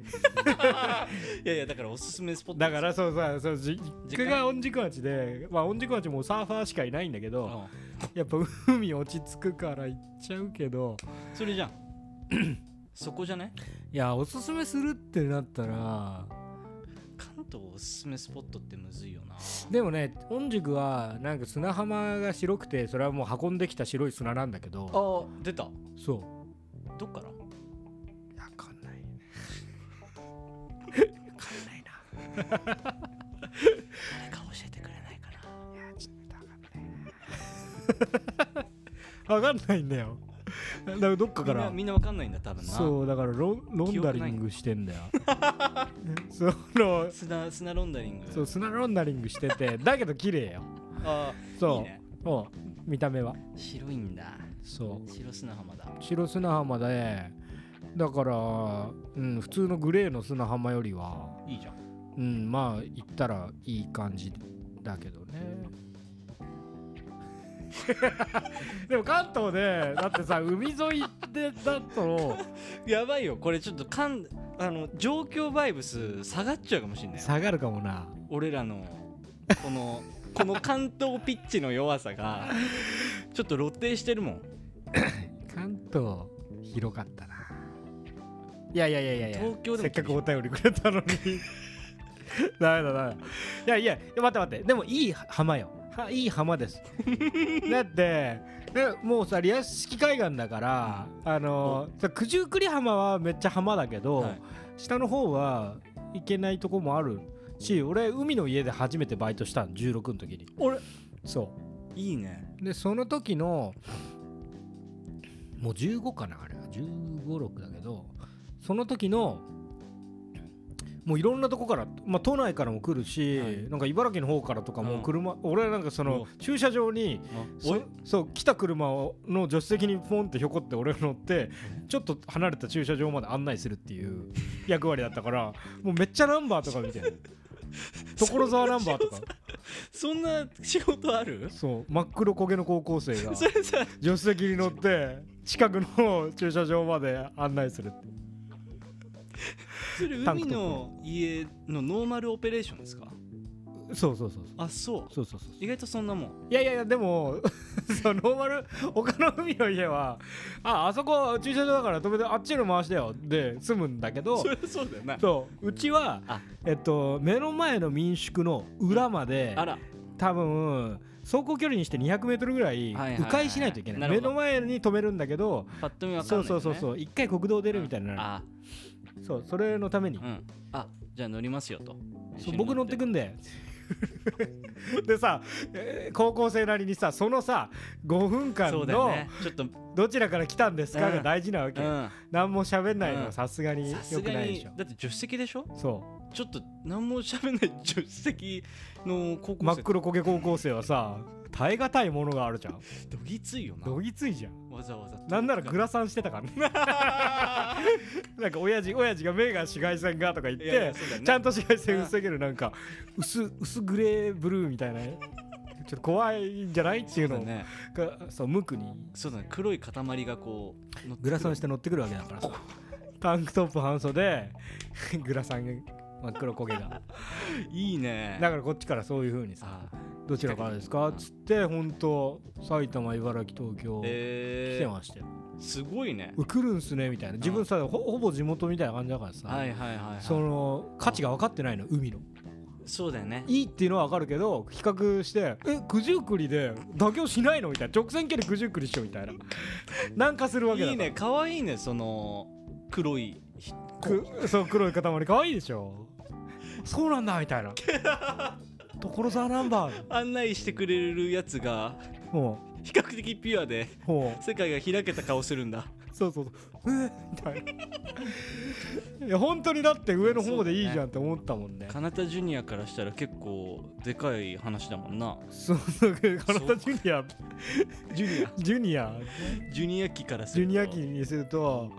Speaker 4: やいやだからおすすめスポット
Speaker 3: だからそうさそうじ
Speaker 4: 実
Speaker 3: 実家
Speaker 4: 家
Speaker 3: が御宿町でまあ御宿町もサーファーしかいないんだけど
Speaker 4: う
Speaker 3: やっぱ海落ち着くから行っちゃうけど
Speaker 4: んそれじゃん そこじゃない
Speaker 3: いやおすすめするってなったら
Speaker 4: 関東おすすめスポットってむずいよな
Speaker 3: でもね御宿はなんか砂浜が白くてそれはもう運んできた白い砂なんだけど
Speaker 4: あ出た
Speaker 3: そう
Speaker 4: どっから
Speaker 3: わかんない。わかんないな。
Speaker 4: 誰か教えてくれないかな
Speaker 3: わかんないんだよ。だからどっか
Speaker 4: み
Speaker 3: か
Speaker 4: んな
Speaker 3: ら。
Speaker 4: みんなわかんないんだ多分な
Speaker 3: そうだからロンロンダリングしてんだ よ。その
Speaker 4: 砂砂ロンダリング
Speaker 3: そう砂ロンダリングしててだけど綺麗よ。
Speaker 4: あ
Speaker 3: そう
Speaker 4: いいね
Speaker 3: うん見た目は。
Speaker 4: 白いんだ
Speaker 3: そう
Speaker 4: 白砂浜だ
Speaker 3: 白砂浜でだから、うん、普通のグレーの砂浜よりは、
Speaker 4: いいじゃん
Speaker 3: うん、まあ行ったらいい感じだけどね。でも関東でだってさ海沿いでだと
Speaker 4: やばいよこれちょっとかんあの状況バイブス下がっちゃうかもしんない
Speaker 3: 下がるかもな
Speaker 4: 俺らのこのこの関東ピッチの弱さがちょっと露呈してるもん
Speaker 3: 関東広かったないやいやいやいやいや
Speaker 4: 東京でも
Speaker 3: せっかくお便りくれたのに ダメだダメだいやいやいや待って待ってでもいい浜よはいい浜ですだってねもうさリア式海岸だから、あのさ九十九里浜はめっちゃ浜だけど、
Speaker 4: はい
Speaker 3: 下の方は行けないとこもあるし俺海の家で初めてバイトしたん16の時に
Speaker 4: 俺
Speaker 3: そ
Speaker 4: いいね
Speaker 3: うでその時のもう15かなあれは1 5 6だけどその時のもういろんなとこから、まあ、都内からも来るし、
Speaker 4: はい
Speaker 3: なんか茨城の方からとか
Speaker 4: う
Speaker 3: も
Speaker 4: ん
Speaker 3: 車、俺はなんかその駐車場に
Speaker 4: あ
Speaker 3: そそう来た車をの助手席にポンってひょこって俺が乗ってちょっと離れた駐車場まで案内するっていう役割だったからもうめっちゃナンバーとか見てる所沢ナンバーとか
Speaker 4: そんな仕事ある
Speaker 3: そう真っ黒焦げの高校生が
Speaker 4: それさ
Speaker 3: 助手席に乗って近くの駐車場まで案内するって
Speaker 4: それ
Speaker 3: タンク
Speaker 4: 海
Speaker 3: トップ
Speaker 4: の家のノーマルオペレーションですか
Speaker 3: そうそうそうそう
Speaker 4: あそう
Speaker 3: そうそうそう
Speaker 4: 意外とそんなもん
Speaker 3: いやいやいやでも そうノーマル他の海の家はああそこ駐車場だから止めてあっちの回しだよで済むんだけど
Speaker 4: そりゃそうだよな
Speaker 3: そううちは
Speaker 4: あ
Speaker 3: えっと目の前の民宿の裏まで
Speaker 4: あら
Speaker 3: 多分走行距離にして 200m ぐらい
Speaker 4: はいはいはい
Speaker 3: 迂回しないといけない,、
Speaker 4: なるほど
Speaker 3: 目の前に止めるんだけど
Speaker 4: パッと見わかん
Speaker 3: そ
Speaker 4: な
Speaker 3: う
Speaker 4: い、ね、
Speaker 3: そうそう
Speaker 4: う
Speaker 3: そう一回国道出るみたいな
Speaker 4: あ
Speaker 3: そうそれのために、
Speaker 4: うんあじゃあ乗りますよと
Speaker 3: そう僕乗ってく
Speaker 4: ん
Speaker 3: んで でさ、えー高校生なりにさそのさ5分間
Speaker 4: そうだよ
Speaker 3: の
Speaker 4: ねちょっと
Speaker 3: どちらから来たんですか
Speaker 4: う
Speaker 3: が
Speaker 4: ん
Speaker 3: 大事なわけ、
Speaker 4: う
Speaker 3: 何も喋んないの
Speaker 4: うん
Speaker 3: はさすが
Speaker 4: ん
Speaker 3: に
Speaker 4: さす
Speaker 3: 良く
Speaker 4: が
Speaker 3: ないで
Speaker 4: に
Speaker 3: しょ
Speaker 4: だって助手席でしょ
Speaker 3: そう
Speaker 4: ちょっと何も喋んない助手席の高
Speaker 3: 真
Speaker 4: 校
Speaker 3: っ
Speaker 4: 生
Speaker 3: 黒焦げ高校生はさ耐え難いものがあるじゃん
Speaker 4: どぎついよな
Speaker 3: どぎついじゃん
Speaker 4: わざわざ
Speaker 3: なんならグラサンしてたから ねなんか親父親父が目が紫外線がとか言って
Speaker 4: いやいやそうだよね
Speaker 3: ちゃんと紫外線防げるなんか薄薄グレーブルーみたいなちょっと怖いんじゃないっていう
Speaker 4: そ
Speaker 3: の
Speaker 4: う
Speaker 3: が
Speaker 4: だね
Speaker 3: そう無垢に
Speaker 4: そうだね黒い塊がこう乗ってくる
Speaker 3: グラサンして乗ってくるわけだからさタンクトップ半袖グラサンが真っ黒焦げが
Speaker 4: いいね
Speaker 3: だからこっちからそういう風にさ
Speaker 4: あ
Speaker 3: 「どちらからですか?」っつって本当埼玉茨城東京来
Speaker 4: え
Speaker 3: て
Speaker 4: ー
Speaker 3: ましたよ
Speaker 4: すごいね
Speaker 3: う来るんすねみたいな自分さほほぼ地元みたいな感じだからさ、
Speaker 4: はいはいはいはい
Speaker 3: その価値が分かってないの海の
Speaker 4: そうだよね
Speaker 3: いいっていうのは分かるけど比較してえ九十九里で妥協しないのみたいな直線距離九十九里っしょみ たいななんかするわけだ
Speaker 4: いい
Speaker 3: から
Speaker 4: ね可愛いねその黒いひ
Speaker 3: くそう黒い塊可愛いでしょそうなんだみ たいな所沢ナンバー
Speaker 4: 案内してくれるやつが
Speaker 3: も
Speaker 4: 比較的ピュアで
Speaker 3: うも
Speaker 4: 世界が開けた顔するんだ
Speaker 3: うそうそうそうえみたいな いや本当にだって上の方でいいじゃんって思ったもんね
Speaker 4: カナタジュニアからしたら結構でかい話だもんな
Speaker 3: そうそうカナダジュニア
Speaker 4: ジュニア
Speaker 3: ジュニア
Speaker 4: ジュニア期からす
Speaker 3: ジュ
Speaker 4: ると
Speaker 3: ニア期にすると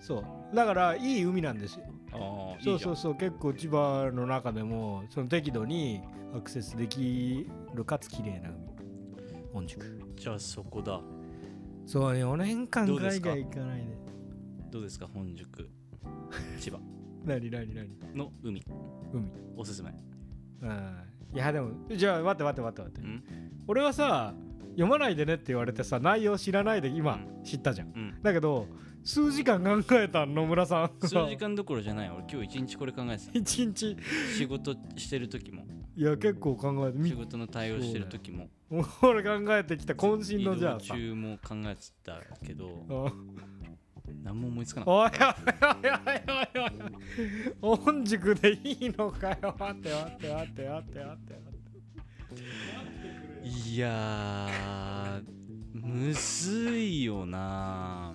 Speaker 3: そうだからいい海なんですよ
Speaker 4: ああい
Speaker 3: そ
Speaker 4: いうじゃ
Speaker 3: そ
Speaker 4: ん
Speaker 3: うそう結構千葉の中でもその適度にアクセスできるかつ綺麗な海御宿
Speaker 4: じゃあそこだ
Speaker 3: そう4年間
Speaker 4: どうです
Speaker 3: 海
Speaker 4: か
Speaker 3: 外行かないで
Speaker 4: どうですか本宿千葉
Speaker 3: 何何何
Speaker 4: の海
Speaker 3: 海
Speaker 4: おすすめ
Speaker 3: うんいやでもじゃあ待って待って待って待って
Speaker 4: ん
Speaker 3: 俺はさ読まないでねって言われてさ内容知らないで今知ったじゃん
Speaker 4: うん
Speaker 3: だけど数時間考えた野村さん
Speaker 4: 数時間どころじゃない俺今日一日これ考えてた
Speaker 3: 一日
Speaker 4: 仕事してる時も
Speaker 3: いや結構考えてみ
Speaker 4: 仕事の対応してる時も
Speaker 3: もう俺考えてきた渾身
Speaker 4: 移
Speaker 3: のじゃ
Speaker 4: 動
Speaker 3: あさ
Speaker 4: 中も考えてたけど
Speaker 3: うん
Speaker 4: 何も思いつかなかっ
Speaker 3: おいおいおいおいおい本塾でいいのかよ待って待って待って待って待って待って
Speaker 4: たいやーむずいよな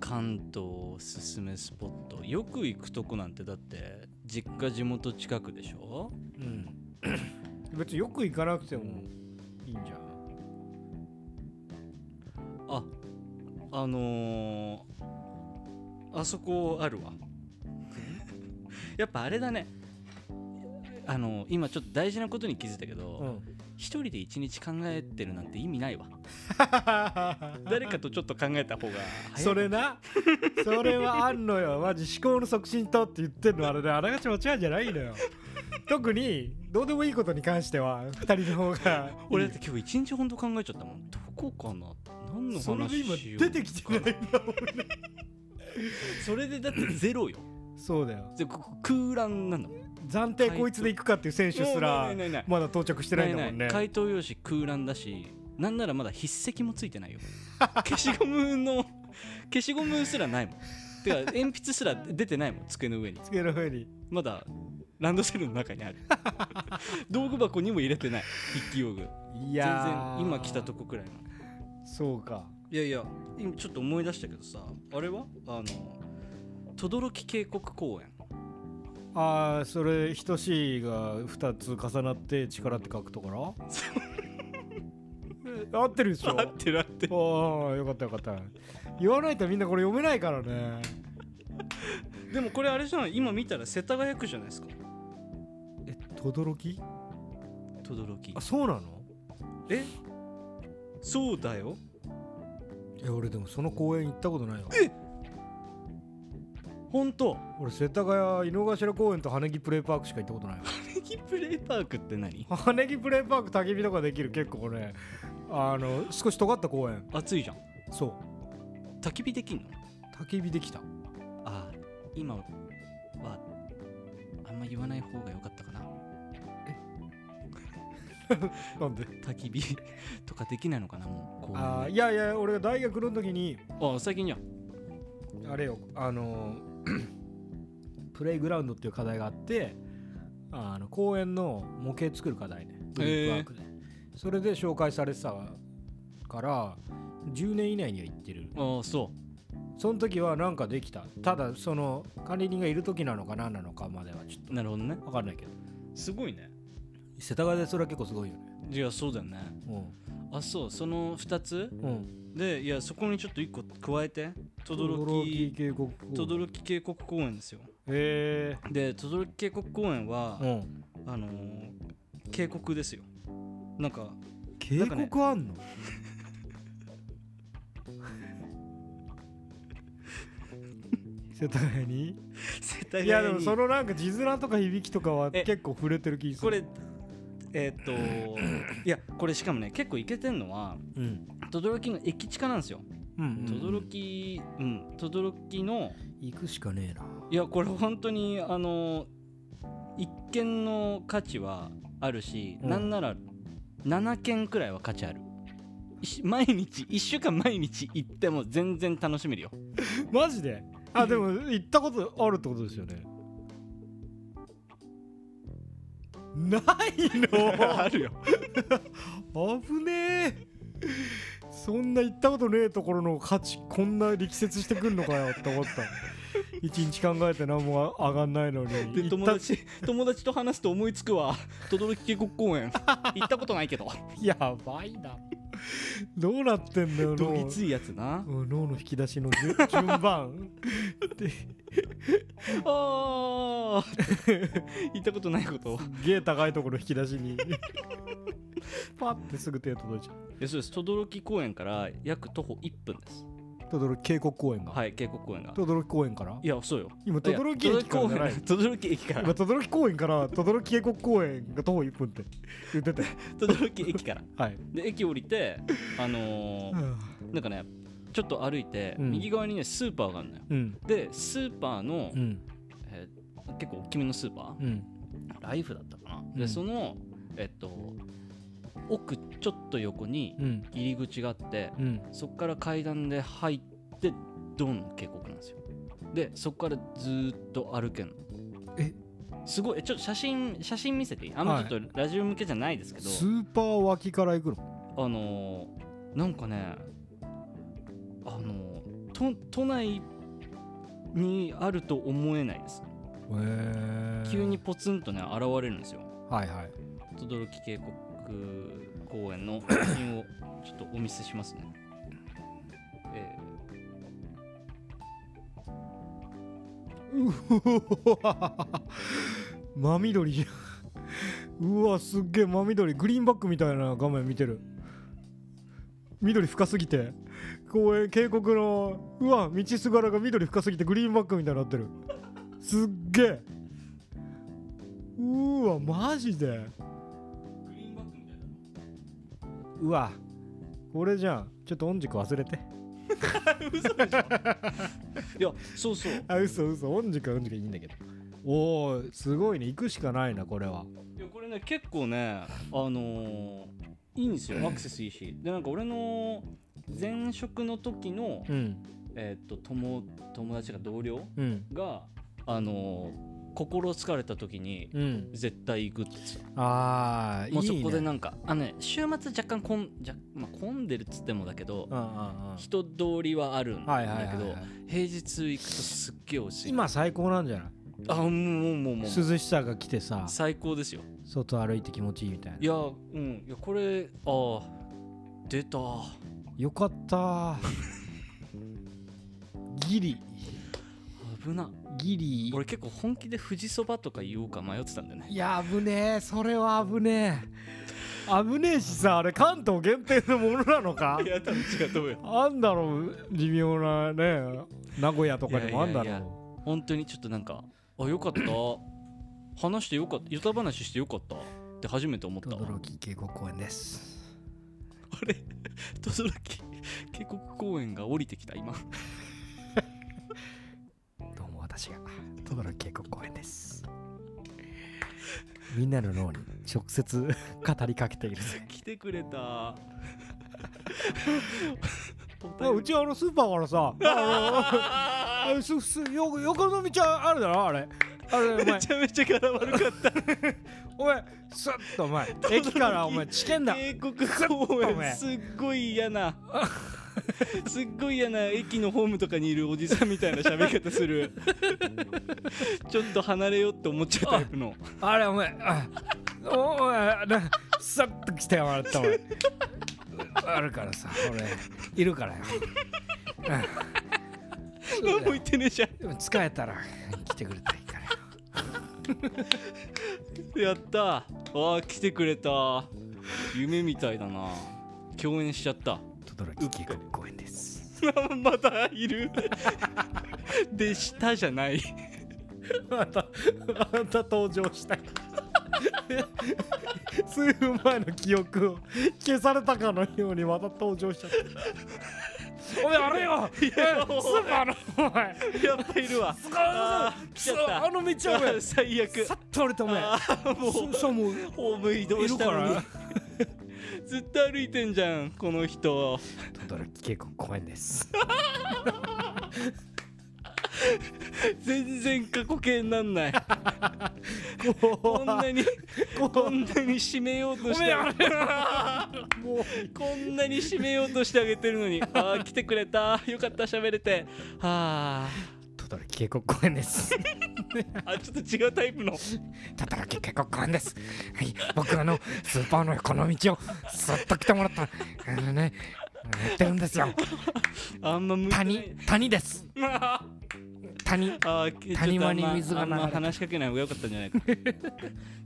Speaker 4: 関東おすすめスポットよく行くとこなんてだって実家地元近くでしょ
Speaker 3: うん別によく行かなくてもいいんじゃん
Speaker 4: ああのー、あそこあるわやっぱあれだねあのー今ちょっと大事なことに気づいたけ ど、
Speaker 3: うん
Speaker 4: 一人で一日考えてるなんて意味ない わ誰かとちょっと考えた方が早い
Speaker 3: それなそれはあんのよマジ思考の促進とって言ってんのあれねあながち間違いじゃないのよ特にどうでもいいことに関しては二人の方が
Speaker 4: 俺だって今日一日ほんと考えちゃったもんどこかな何の話し
Speaker 3: そ
Speaker 4: よう
Speaker 3: れで今出てきてないんだもん
Speaker 4: それでだってゼロよ
Speaker 3: そうだよ
Speaker 4: でこ空欄なんだもん
Speaker 3: 暫定こいつで行くかっていう選手すら
Speaker 4: ないないないない
Speaker 3: まだ到着してないんだもん
Speaker 4: ないな
Speaker 3: ね
Speaker 4: い回答用紙空欄だしなんならまだ筆跡もついてないよ 消しゴムの消しゴムすらないもんてか鉛筆すら出てないもん机の上に
Speaker 3: 机の上に
Speaker 4: まだランドセルの中に ある道具箱にも入れてない筆記用具
Speaker 3: い
Speaker 4: 全
Speaker 3: やー
Speaker 4: 然今来たとこくらいの
Speaker 3: そうか
Speaker 4: いやいや今ちょっと思い出したけどさあれはあの轟渓谷公園
Speaker 3: ああそれ等しいが2つ重なって力って書くとこ ろ合ってるでしょ
Speaker 4: 合ってる合って
Speaker 3: あ
Speaker 4: る
Speaker 3: あよかったよかった言わないとみんなこれ読めないからね
Speaker 4: でもこれあれじゃない今見たら世田谷区じゃないですか
Speaker 3: え轟
Speaker 4: 轟
Speaker 3: あそうなの
Speaker 4: えそうだよ
Speaker 3: いや俺でもその公園行ったことないわ
Speaker 4: 本当
Speaker 3: 俺世田谷井の頭公園と羽根木プレイパークしか行ったことないわ
Speaker 4: ネギプレイパークって何
Speaker 3: 羽根木プレイパーク焚き火とかできる結構これあの少し尖った公園
Speaker 4: 暑いじゃん
Speaker 3: そう
Speaker 4: 焚き火できんの
Speaker 3: 焚き火できた
Speaker 4: ああ今はあんま言わない方が良かったかな
Speaker 3: なんで
Speaker 4: 焚き火とかできないのかなもう公
Speaker 3: あー
Speaker 4: 園
Speaker 3: いやいや俺が大学の時に
Speaker 4: でああ最近じゃん
Speaker 3: あれよあの プレイグラウンドっていう課題があってあの公園の模型作る課題ねブリックワークで、それで紹介されてたから10年以内には行ってる
Speaker 4: ああそ
Speaker 3: その時はなんかできたただその管理人がいる時なのか何なのかまではちょっ
Speaker 4: うなるほどね
Speaker 3: と分かんないけど
Speaker 4: すごいね
Speaker 3: 世田谷でそれは結構すごいよね
Speaker 4: いやそうだよねあそうその2つ
Speaker 3: うんうん
Speaker 4: でいやそこにちょっと1個加えて
Speaker 3: 轟
Speaker 4: 轟
Speaker 3: 渓谷
Speaker 4: 轟渓谷公園ですよ
Speaker 3: へえ
Speaker 4: で轟渓谷公園は、
Speaker 3: うん
Speaker 4: あのー渓谷ですよなんか
Speaker 3: 渓
Speaker 4: なん
Speaker 3: 谷
Speaker 4: かね
Speaker 3: あ んの世田谷 に
Speaker 4: 世田
Speaker 3: いやでもそ
Speaker 4: の
Speaker 3: のなんか字面とか響きとかは
Speaker 4: え
Speaker 3: 結構触れてる気す
Speaker 4: こ
Speaker 3: る
Speaker 4: れえーっと いやこれしかもね結構いけてんのは
Speaker 3: これうん
Speaker 4: 轟の駅近なんですよ
Speaker 3: うん
Speaker 4: 轟うん轟の
Speaker 3: 行くしかねえない
Speaker 4: やこれ本当にあの一見の価値はあるし、
Speaker 3: うん
Speaker 4: なんなら7件くらいは価値あるし毎日1週間毎日行っても全然楽しめるよ
Speaker 3: マジであでも行ったことあるってことですよねない
Speaker 4: あるよ
Speaker 3: の危ねえそんな行ったことねえところの価値こんな力説してくんのかよって思った一日考えて何も上がんないのに
Speaker 4: で
Speaker 3: 行
Speaker 4: 友
Speaker 3: った
Speaker 4: 達友達と話すと思いつくわ轟渓谷公園行ったことないけど
Speaker 3: やばいなどうなってんだよ
Speaker 4: どぎ
Speaker 3: 脳
Speaker 4: ついやつな
Speaker 3: うん脳の引き出しの順順番で
Speaker 4: あー行ったことないことを
Speaker 3: ゲー高いところ引き出しにパッてすぐ手届いちゃう
Speaker 4: いやそうです轟公園から約徒歩1分です
Speaker 3: 轟渓谷公園が
Speaker 4: はい渓谷公園が
Speaker 3: 轟公園から
Speaker 4: いやそうよ
Speaker 3: 今轟駅からじゃない
Speaker 4: いや轟駅から
Speaker 3: 今轟公園から轟渓谷公園が徒歩1分って言ってて
Speaker 4: 轟駅から
Speaker 3: はい、
Speaker 4: で駅降りてあのーなんかねちょっと歩いて、
Speaker 3: うん
Speaker 4: 右側にねスーパーがあるのよ
Speaker 3: うん
Speaker 4: でスーパーの、
Speaker 3: うん
Speaker 4: えー結構大きめのスーパー、
Speaker 3: うん
Speaker 4: ライフだったかな、
Speaker 3: う
Speaker 4: で
Speaker 3: ん
Speaker 4: そのえっと奥ちょっと横に
Speaker 3: うん
Speaker 4: 入り口があって、
Speaker 3: うん
Speaker 4: そこから階段で入ってドン渓谷なんですよでそこからずーっと歩けんの
Speaker 3: え
Speaker 4: すごいえちょっと写真写真見せていいあんまちょっとラジオ向けじゃないですけど、
Speaker 3: スーパー脇から行くの
Speaker 4: あのーなんかねあのー都都内にあると思えないで
Speaker 3: へ
Speaker 4: す
Speaker 3: え
Speaker 4: 急にポツンとね現れるんですよ
Speaker 3: はいはい
Speaker 4: 轟渓谷公園の写真をちょっとお見せしますね、え
Speaker 3: うわ 真緑じゃんうわすっげえ真緑グリーンバックみたいな画面見てる緑深すぎて公園渓谷のうわ道すがらが緑深すぎてグリーンバックみたいになってるすっげえうわマジでうわこれじゃんちょっと音軸忘れて
Speaker 4: ーいやそうそう
Speaker 3: あ嘘嘘音軸は音軸いいんだけどおおすごいね行くしかないなこれはい
Speaker 4: やこれね結構ねあのーいいんですよアクセスいいしでなんか俺の前職の時の、
Speaker 3: うん
Speaker 4: えーっと友友達が同僚
Speaker 3: うん
Speaker 4: があのー心疲れた時に
Speaker 3: うん
Speaker 4: 絶対行くってさ
Speaker 3: ああいい
Speaker 4: も
Speaker 3: ね
Speaker 4: うそこで
Speaker 3: うん
Speaker 4: なんかあのね週末若干混んじゃ、まあ、混んでるっつってもだけど
Speaker 3: うんうん
Speaker 4: 人通りはあるんだ
Speaker 3: は
Speaker 4: け
Speaker 3: い
Speaker 4: ど、
Speaker 3: はいはいはい
Speaker 4: 平日行くとすっげえ美味しい
Speaker 3: 今最高なんじゃない
Speaker 4: あもうもうもうもう
Speaker 3: 涼しさが来てさ
Speaker 4: 最高ですよ
Speaker 3: 外歩いて気持ちいいみたいない
Speaker 4: やうんいやこれああ出た
Speaker 3: よかった ギリ
Speaker 4: 危な
Speaker 3: ギリ
Speaker 4: 俺結構本気で富士そばとか言おうか迷ってたんだよね
Speaker 3: いや危ねえそれは危ねえ危ねえしさあれ関東限定のものなのか
Speaker 4: いや多分違うと思うよ
Speaker 3: あんだろう微妙なね名古屋とかにもあんだろう
Speaker 4: いやいやい本当にちょっとなんかあよかった話してよかったヨタ話してよかったって初めて思ったわ
Speaker 3: 轟渓谷公園です
Speaker 4: あれ轟渓谷公園が降りてきた今
Speaker 3: どうも私が轟渓谷公園ですみんなの脳に直 接語りかけている
Speaker 4: 来てくれた
Speaker 3: あうちあのスーパーからさあのあのすすよ横の道あるだろあれあれお前
Speaker 4: めちゃめちゃ柄悪かった
Speaker 3: お前スッとお 前駅からお前地検だ
Speaker 4: 渓谷公
Speaker 3: ちょっとおめえ
Speaker 4: 園すっごい嫌なすっごい嫌な駅のホームとかにいるおじさんみたいな喋り方 するちょっと離れようって思っちゃうタイプの
Speaker 3: あれお前あおお前なさっと来てもらったお前あるからさ俺いるからよ
Speaker 4: 何も言ってねえじゃ
Speaker 3: でも疲れたら来てくれたらいいからよ
Speaker 4: んやったあー来てくれた夢みたいだな共演しちゃった
Speaker 3: 轟渓谷公園です
Speaker 4: またいるでしたじゃない
Speaker 3: またまた登場したい 数分前の記憶を消されたかのようにまた登場しちゃったお前あれよスーパーのお前
Speaker 4: やっぱいるわあー来ちゃった
Speaker 3: あの道をお前
Speaker 4: 最悪
Speaker 3: さっと降りてお前
Speaker 4: あーもう
Speaker 3: そうそうもう
Speaker 4: ホーム移動したの
Speaker 3: いる
Speaker 4: に
Speaker 3: か
Speaker 4: ずっと歩いてんじゃんこの人
Speaker 3: 轟渓谷公園です
Speaker 4: 全然過去形になんないこんなにこんなに締めようとして
Speaker 3: もう
Speaker 4: こんなに締めようとしてあげてるのにあー来てくれたよかった喋れては
Speaker 3: 轟渓谷公園です
Speaker 4: ーあちょっと違うタイプの
Speaker 3: 轟渓谷公園ですはい僕はあのスーパーのこの道をすっと来てもらったあのねやってるんですよ
Speaker 4: あんま向いてない
Speaker 3: 谷谷です
Speaker 4: あー
Speaker 3: 谷
Speaker 4: あーちょっと
Speaker 3: 谷間に
Speaker 4: あんま
Speaker 3: 水が流れて
Speaker 4: あんま話しかけない方がよかったんじゃないか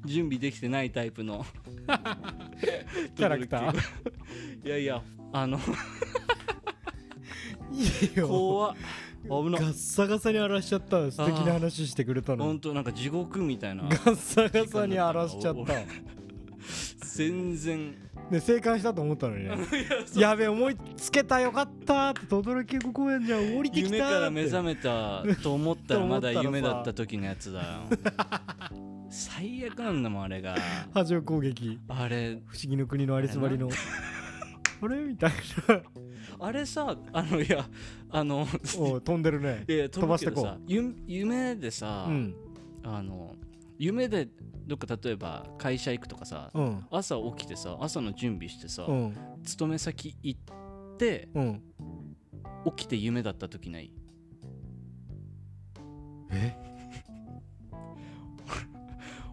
Speaker 4: 準備できてないタイプの
Speaker 3: キャラクター
Speaker 4: いやいやあの
Speaker 3: いい
Speaker 4: 怖っ危な
Speaker 3: ッサガサに荒らしちゃった素
Speaker 4: 敵な
Speaker 3: 話してくれた
Speaker 4: 本当なんか地獄みたいな
Speaker 3: ッサガ
Speaker 4: サに荒らしちゃった全然
Speaker 3: ね生還したと思ったのにねやべえ思いつけたよかったって轟渓谷公園じゃん降りてきた
Speaker 4: 夢から目
Speaker 3: め
Speaker 4: 覚めたと思ったらま
Speaker 3: と思っ
Speaker 4: だ
Speaker 3: たらさ
Speaker 4: 夢だった時のやつだよ最悪なんだもんあれが
Speaker 3: 波状攻撃
Speaker 4: あれ
Speaker 3: 不思議の国のアリスバリのあれみたいな
Speaker 4: あれさあのいやあの
Speaker 3: おう飛んでるね
Speaker 4: いやいや飛
Speaker 3: 飛ば
Speaker 4: ば
Speaker 3: し
Speaker 4: してて
Speaker 3: こう
Speaker 4: こう夢でさ、
Speaker 3: うん
Speaker 4: あの夢でどっか例えば会社行くとかさ
Speaker 3: うん
Speaker 4: 朝起きてさ朝の準備してさ、
Speaker 3: うん
Speaker 4: 勤め先行って
Speaker 3: うん
Speaker 4: 起きて夢だった時ない
Speaker 3: え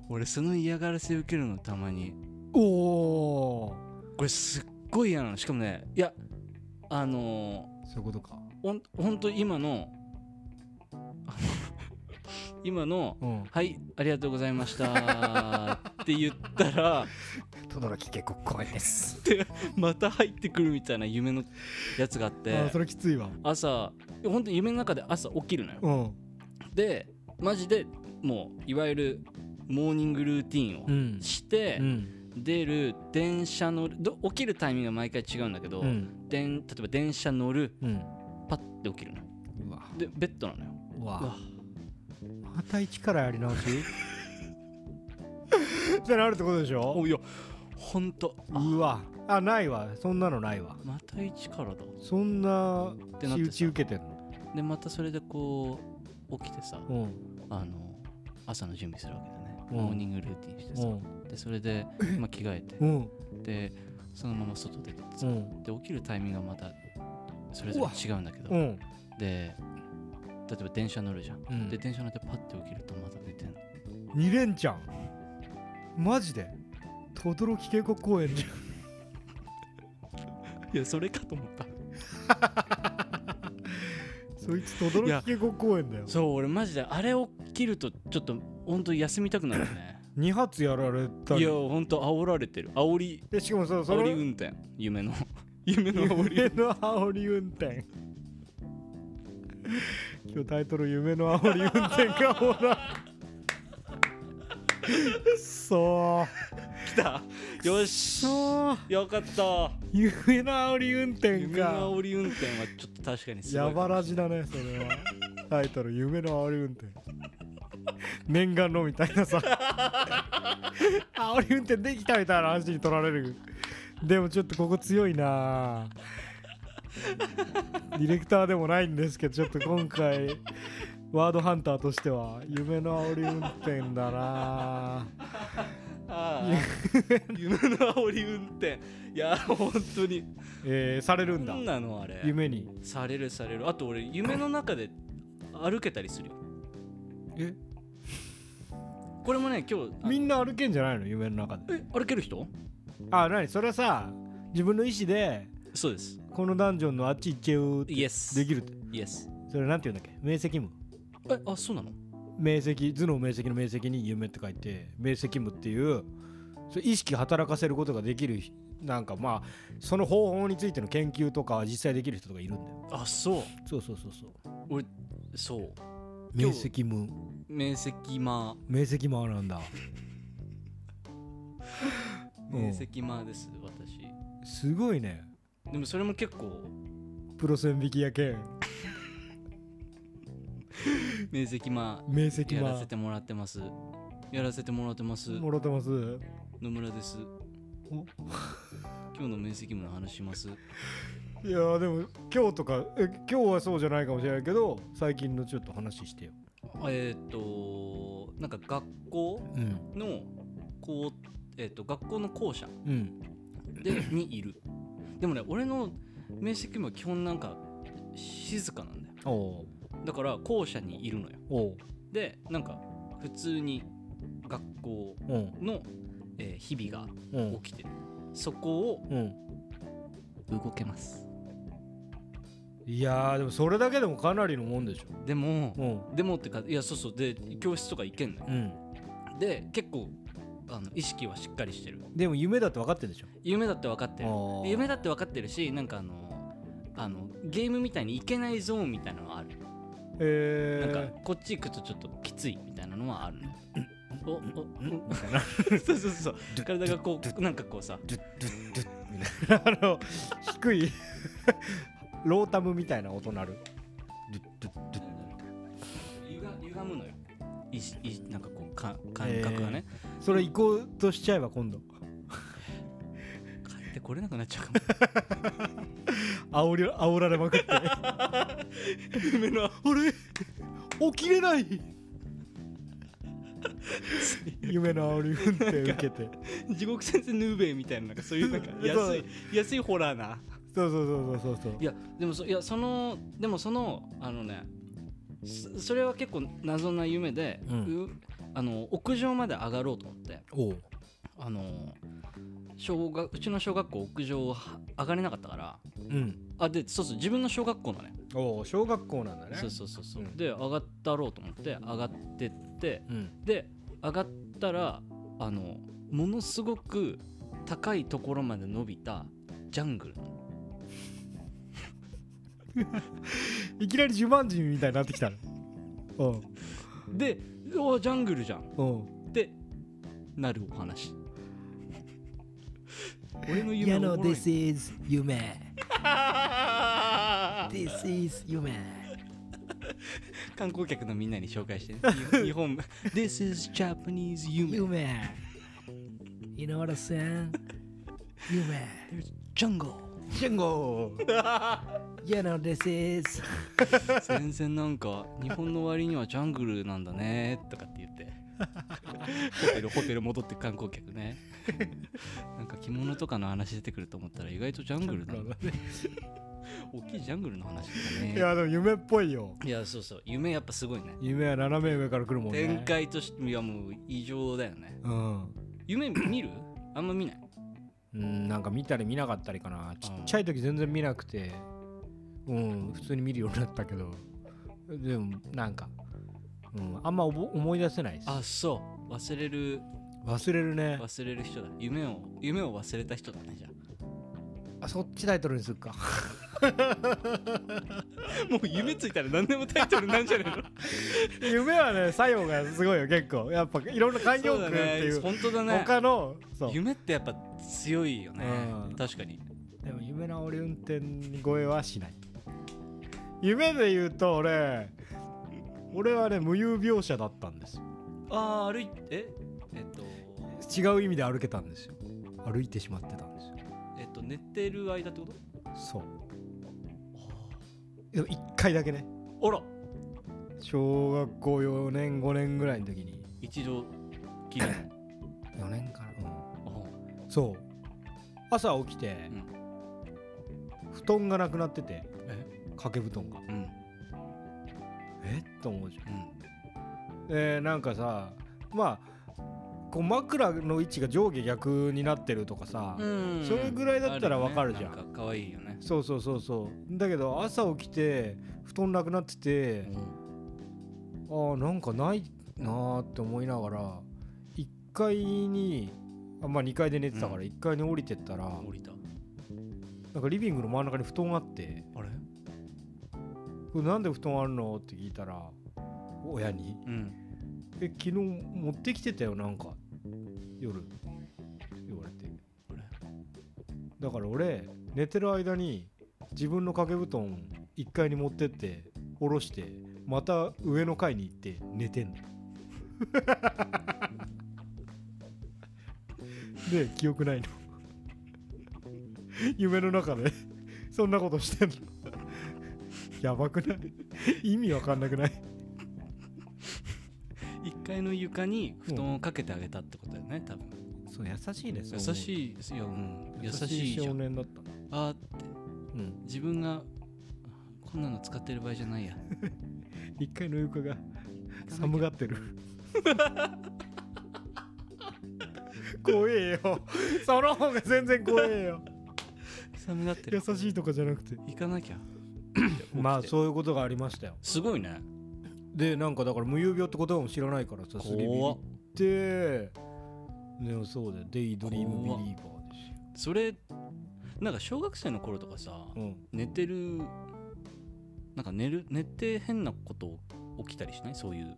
Speaker 4: 俺その嫌がらせ受けるのたまに
Speaker 3: おお
Speaker 4: これすっごい嫌なのしかもねいやあのー
Speaker 3: そういうことか
Speaker 4: ほんほんと今の あの今の
Speaker 3: うん
Speaker 4: 「はいありがとうございました」って言ったら
Speaker 3: 轟渓谷公園です
Speaker 4: また入ってくるみたいな夢のやつがあって
Speaker 3: あそれきついわ
Speaker 4: 朝本当に夢の中で朝起きるのよ
Speaker 3: うん
Speaker 4: でマジでもういわゆるモーニングルーティ
Speaker 3: う
Speaker 4: ン
Speaker 3: ん
Speaker 4: をして
Speaker 3: うん
Speaker 4: 出る電車乗るど起きるタイミングが毎回違うんだけど、
Speaker 3: うん
Speaker 4: でん例えば電車乗る
Speaker 3: うん
Speaker 4: パッて起きるのよ
Speaker 3: うわ
Speaker 4: でベッドなのよ
Speaker 3: うわ
Speaker 4: うわ
Speaker 3: また一からやり 直しってなるってことでしょ
Speaker 4: おいやほんとあ
Speaker 3: うわあないわそんなのないわ
Speaker 4: また一からだ
Speaker 3: そんな
Speaker 4: てなっ
Speaker 3: 仕
Speaker 4: て
Speaker 3: 打
Speaker 4: さ
Speaker 3: ち受けてんの
Speaker 4: でまたそれでこう起きてさ
Speaker 3: うん
Speaker 4: あの朝の準備するわけだね、
Speaker 3: うん
Speaker 4: モーニングルーティンしてさ、でそれで、まあ、着替えて
Speaker 3: うんうん
Speaker 4: でそのまま外出て
Speaker 3: う
Speaker 4: さ、
Speaker 3: ん
Speaker 4: で起きるタイミングがまたそれぞれ違うんだけど、
Speaker 3: うん
Speaker 4: で例えば電車乗るじゃん、
Speaker 3: うん
Speaker 4: で電車乗ってパッて起きるとまだ寝てんの
Speaker 3: 2連チャンマジで轟渓谷公園じゃん
Speaker 4: いやそれかと思った
Speaker 3: そいつ轟渓谷公園だよ
Speaker 4: そう俺マジであれ起きるとちょっと本当休みたくなるね
Speaker 3: 2発やられた
Speaker 4: い
Speaker 3: り
Speaker 4: や本当煽られてる煽り
Speaker 3: でしかもさそ
Speaker 4: 煽り
Speaker 3: れ
Speaker 4: 運転夢の 夢の煽り
Speaker 3: 夢の煽り運転今日タイトル「夢の煽り運転」がほらそう
Speaker 4: 来た よし
Speaker 3: そう
Speaker 4: よかった
Speaker 3: 夢の煽り運転
Speaker 4: 夢
Speaker 3: か
Speaker 4: の煽り運転はちょっと確かにすごい
Speaker 3: やばらじだねそれはタイトル「夢の煽り運転」念願のみたいなさ煽り運転できたみたいな話に取られるでもちょっとここ強いなディレクターでもないんですけどちょっと今回ワードハンターとしては夢の煽り運転だな
Speaker 4: ああ 夢の煽り運転いや本当に
Speaker 3: えー、されるんだ
Speaker 4: 何なのあれ
Speaker 3: 夢に
Speaker 4: されるされるあと俺夢の中で歩けたりするよ
Speaker 3: え
Speaker 4: これもね今日あの
Speaker 3: みんな歩けんじゃないの夢の中で
Speaker 4: え歩ける人
Speaker 3: あ何それはさ自分の意思で
Speaker 4: そうです
Speaker 3: このダンジョンのあっち行っちゃうって
Speaker 4: イエス
Speaker 3: できるって
Speaker 4: イエス
Speaker 3: それなんて言うんだっけ明晰夢
Speaker 4: えあそうなの
Speaker 3: 明晰頭脳明晰の明晰に夢って書いて明晰夢っていうそれ意識働かせることができるなんかまあその方法についての研究とか実際できる人とかいるんだよ
Speaker 4: あそう
Speaker 3: そうそうそうそう
Speaker 4: 俺そう
Speaker 3: 明晰夢
Speaker 4: 面積ま
Speaker 3: 明晰夢なん だうん
Speaker 4: 面積まです私
Speaker 3: すごいね
Speaker 4: でもそれも結構
Speaker 3: プロ線引きやけん
Speaker 4: 面積ま
Speaker 3: 明晰
Speaker 4: や
Speaker 3: 夢
Speaker 4: らせてもらってますやらせてもらってます
Speaker 3: もろてます
Speaker 4: 野村です
Speaker 3: お
Speaker 4: 今日の面積もの話します
Speaker 3: いやーでも今日とかえ今日はそうじゃないかもしれないけど最近のちょっと話してよ
Speaker 4: えーっ、となんか学校
Speaker 3: うん
Speaker 4: のこうえーっ、と学校の校舎
Speaker 3: うん
Speaker 4: でにい るでもね俺の面積も基本なんか静かなんだよ
Speaker 3: おお
Speaker 4: だから校舎にいるのよ
Speaker 3: おお
Speaker 4: でなんか普通に学校
Speaker 3: うん
Speaker 4: の、えー日々
Speaker 3: う
Speaker 4: が
Speaker 3: ん
Speaker 4: 起きてるそこ
Speaker 3: うん
Speaker 4: を動けます
Speaker 3: いやーでもそれだけでもかなりのもんでし
Speaker 4: でも
Speaker 3: ょうん
Speaker 4: でもってかいやそうそうで教室とか行けんのよ
Speaker 3: うん
Speaker 4: で結構あの意識はしっかりしてる
Speaker 3: でも夢だって分かってるでしょ
Speaker 4: 夢だって分かってる
Speaker 3: あー
Speaker 4: で夢だって分かってるしなんかあのあのゲームみたいに行けないゾーンみたいなのはある、
Speaker 3: えー、
Speaker 4: なんかこっち行くとちょっときついみたいなのはある のおおお
Speaker 3: みたいな
Speaker 4: そうそうそう体がこうなんかこうさ
Speaker 3: ドゥッドゥッドゥッみたいな あの低い ロータムみたいな音鳴るドゥッドゥッドゥッ
Speaker 4: ゆが歪むのよいしいしなんかこうか感覚がね、
Speaker 3: それ行こうとしちゃえば今度
Speaker 4: 帰ってこれなくなっちゃうか
Speaker 3: 煽り煽られ まくってあ
Speaker 4: も夢の
Speaker 3: れ起きれない夢の煽り運転受けて
Speaker 4: 地獄先生ヌーベイみたいななんかそういうなんか
Speaker 3: そ
Speaker 4: 安
Speaker 3: う
Speaker 4: い安いホラーな
Speaker 3: そうそうそうそうそう
Speaker 4: いやでもそいやそのでもそのあのねそそれは結構謎な夢で、
Speaker 3: うん
Speaker 4: うあの屋上まで上がろうと思って
Speaker 3: おう
Speaker 4: あの小学うちの小学校屋上は上がれなかったから
Speaker 3: うん
Speaker 4: あでそうそう自分の小学校のね
Speaker 3: おう小学校なんだね
Speaker 4: そうそうそうそう、
Speaker 3: うん
Speaker 4: で上がったろうと思って上がってって
Speaker 3: うん
Speaker 4: で上がったらあのものすごく高いところまで伸びたジャングルなの
Speaker 3: いきなりジュマンジみたいになってきたのうん
Speaker 4: でおージャングルじゃん
Speaker 3: うん
Speaker 4: ってなるお 話俺の夢おもろい
Speaker 1: is 夢 This is 夢
Speaker 4: 観光客のみんなに紹介して、 ね、日日本 This is Japanese 夢
Speaker 1: 夢 You know what I'm saying? 夢
Speaker 4: There's jungle
Speaker 1: Shingo. you know this is.
Speaker 4: 全然なんか日本の割にはジャングルなんだねとかって言ってホテルホテル戻って観光客 ねなんか着物とかの話出てくると思ったら意外とジャングルなんだ大きいジャングルの話だ ね
Speaker 3: いやでも夢っぽいよ
Speaker 4: いやそうそう夢やっぱすごいね
Speaker 3: 夢は斜め上から来るもんね
Speaker 4: 展開としていやもう異常だよね
Speaker 3: うん
Speaker 4: 夢見 るあんま見ない
Speaker 3: うんなんか見たり見なかったりかなちっちゃい時全然見なくてうん普通に見るようになったけどでもなんか、うん、あんまおぼ思い出せないです
Speaker 4: あそう忘れる
Speaker 3: 忘れるね
Speaker 4: 忘れる人だ夢を夢を忘れた人だねじゃあ
Speaker 3: あそっちタイトルにするか
Speaker 4: もう夢ついたら何でもタイトルなんじゃ ないの
Speaker 3: 夢はね作用がすごいよ結構やっぱいろんな慣
Speaker 4: そ
Speaker 3: 用
Speaker 4: う
Speaker 3: 句っ
Speaker 4: だ
Speaker 3: てい
Speaker 4: ね
Speaker 3: う
Speaker 4: 本当だね
Speaker 3: 他のそう
Speaker 4: 夢ってやっぱ強いよね
Speaker 3: うん
Speaker 4: 確かに
Speaker 3: でも夢の俺運転超えはしない夢で言うと俺俺はね無遊病者だったんです
Speaker 4: ああ歩いてえっと
Speaker 3: よ違う意味で歩けたんですよ歩いてしまってたんですよ
Speaker 4: えっと寝てる間ってこ
Speaker 3: そうでも一回だけね
Speaker 4: とあら
Speaker 3: 小学校4年5年ぐらいの時に
Speaker 4: 一度きりあ
Speaker 3: 4年かな、うん、そう朝起きて、布団がなくなってて
Speaker 4: え
Speaker 3: 掛け布団が
Speaker 4: うんうん
Speaker 3: えっと思うじゃんえーなんかさまあこう枕の位置が上下逆になってるとかさ、
Speaker 4: うん
Speaker 3: それぐらいだったらわかるじゃん
Speaker 4: あよねなんか可愛いよね
Speaker 3: そうそうそうそうだけど朝起きて布団なくなってて、あーなんかないなーって思いながら1階にあまあ2階で寝てたから
Speaker 4: うん
Speaker 3: 1階に降りてったら、
Speaker 4: 降りた
Speaker 3: なんかリビングの真ん中に布団があって
Speaker 4: あれ
Speaker 3: 「これなんで布団あるの?」って聞いたら親に
Speaker 4: うん
Speaker 3: 「え昨日持ってきてたよなんか夜」って言われて
Speaker 4: あれ
Speaker 3: だから俺寝てる間に自分の掛け布団1階に持ってって下ろしてまた上の階に行って寝てんの で記憶ないの 夢の中でそんなことしてんの やばくない意味わかんなくない
Speaker 4: 1階の床に布団をかけてあげたってことだよね多分
Speaker 3: そう優しいね
Speaker 4: 優しいですよ、うん、優しいじゃ
Speaker 3: 少
Speaker 4: ん
Speaker 3: 年だったね
Speaker 4: あーって
Speaker 3: うん
Speaker 4: 自分があこんなの使ってる場合じゃ ないや
Speaker 3: 1階の床が 寒が ってる怖えよその方が全然怖え よ
Speaker 4: 寒がって
Speaker 3: 優
Speaker 4: る
Speaker 3: しいとかじゃなくて
Speaker 4: 行かなきゃ
Speaker 3: まあ
Speaker 4: う
Speaker 3: そういうことがありましたよ
Speaker 4: すごいね
Speaker 3: でなんかだから無遊病って言葉も知らないからさすりビビ
Speaker 4: 怖っ
Speaker 3: ってでもそうだよデイドリームビリーバーですよ
Speaker 4: それなんか小学生の頃とかさ、
Speaker 3: うん
Speaker 4: 寝てるなんか寝る寝て変なこと起きたりしないそういうの
Speaker 3: 例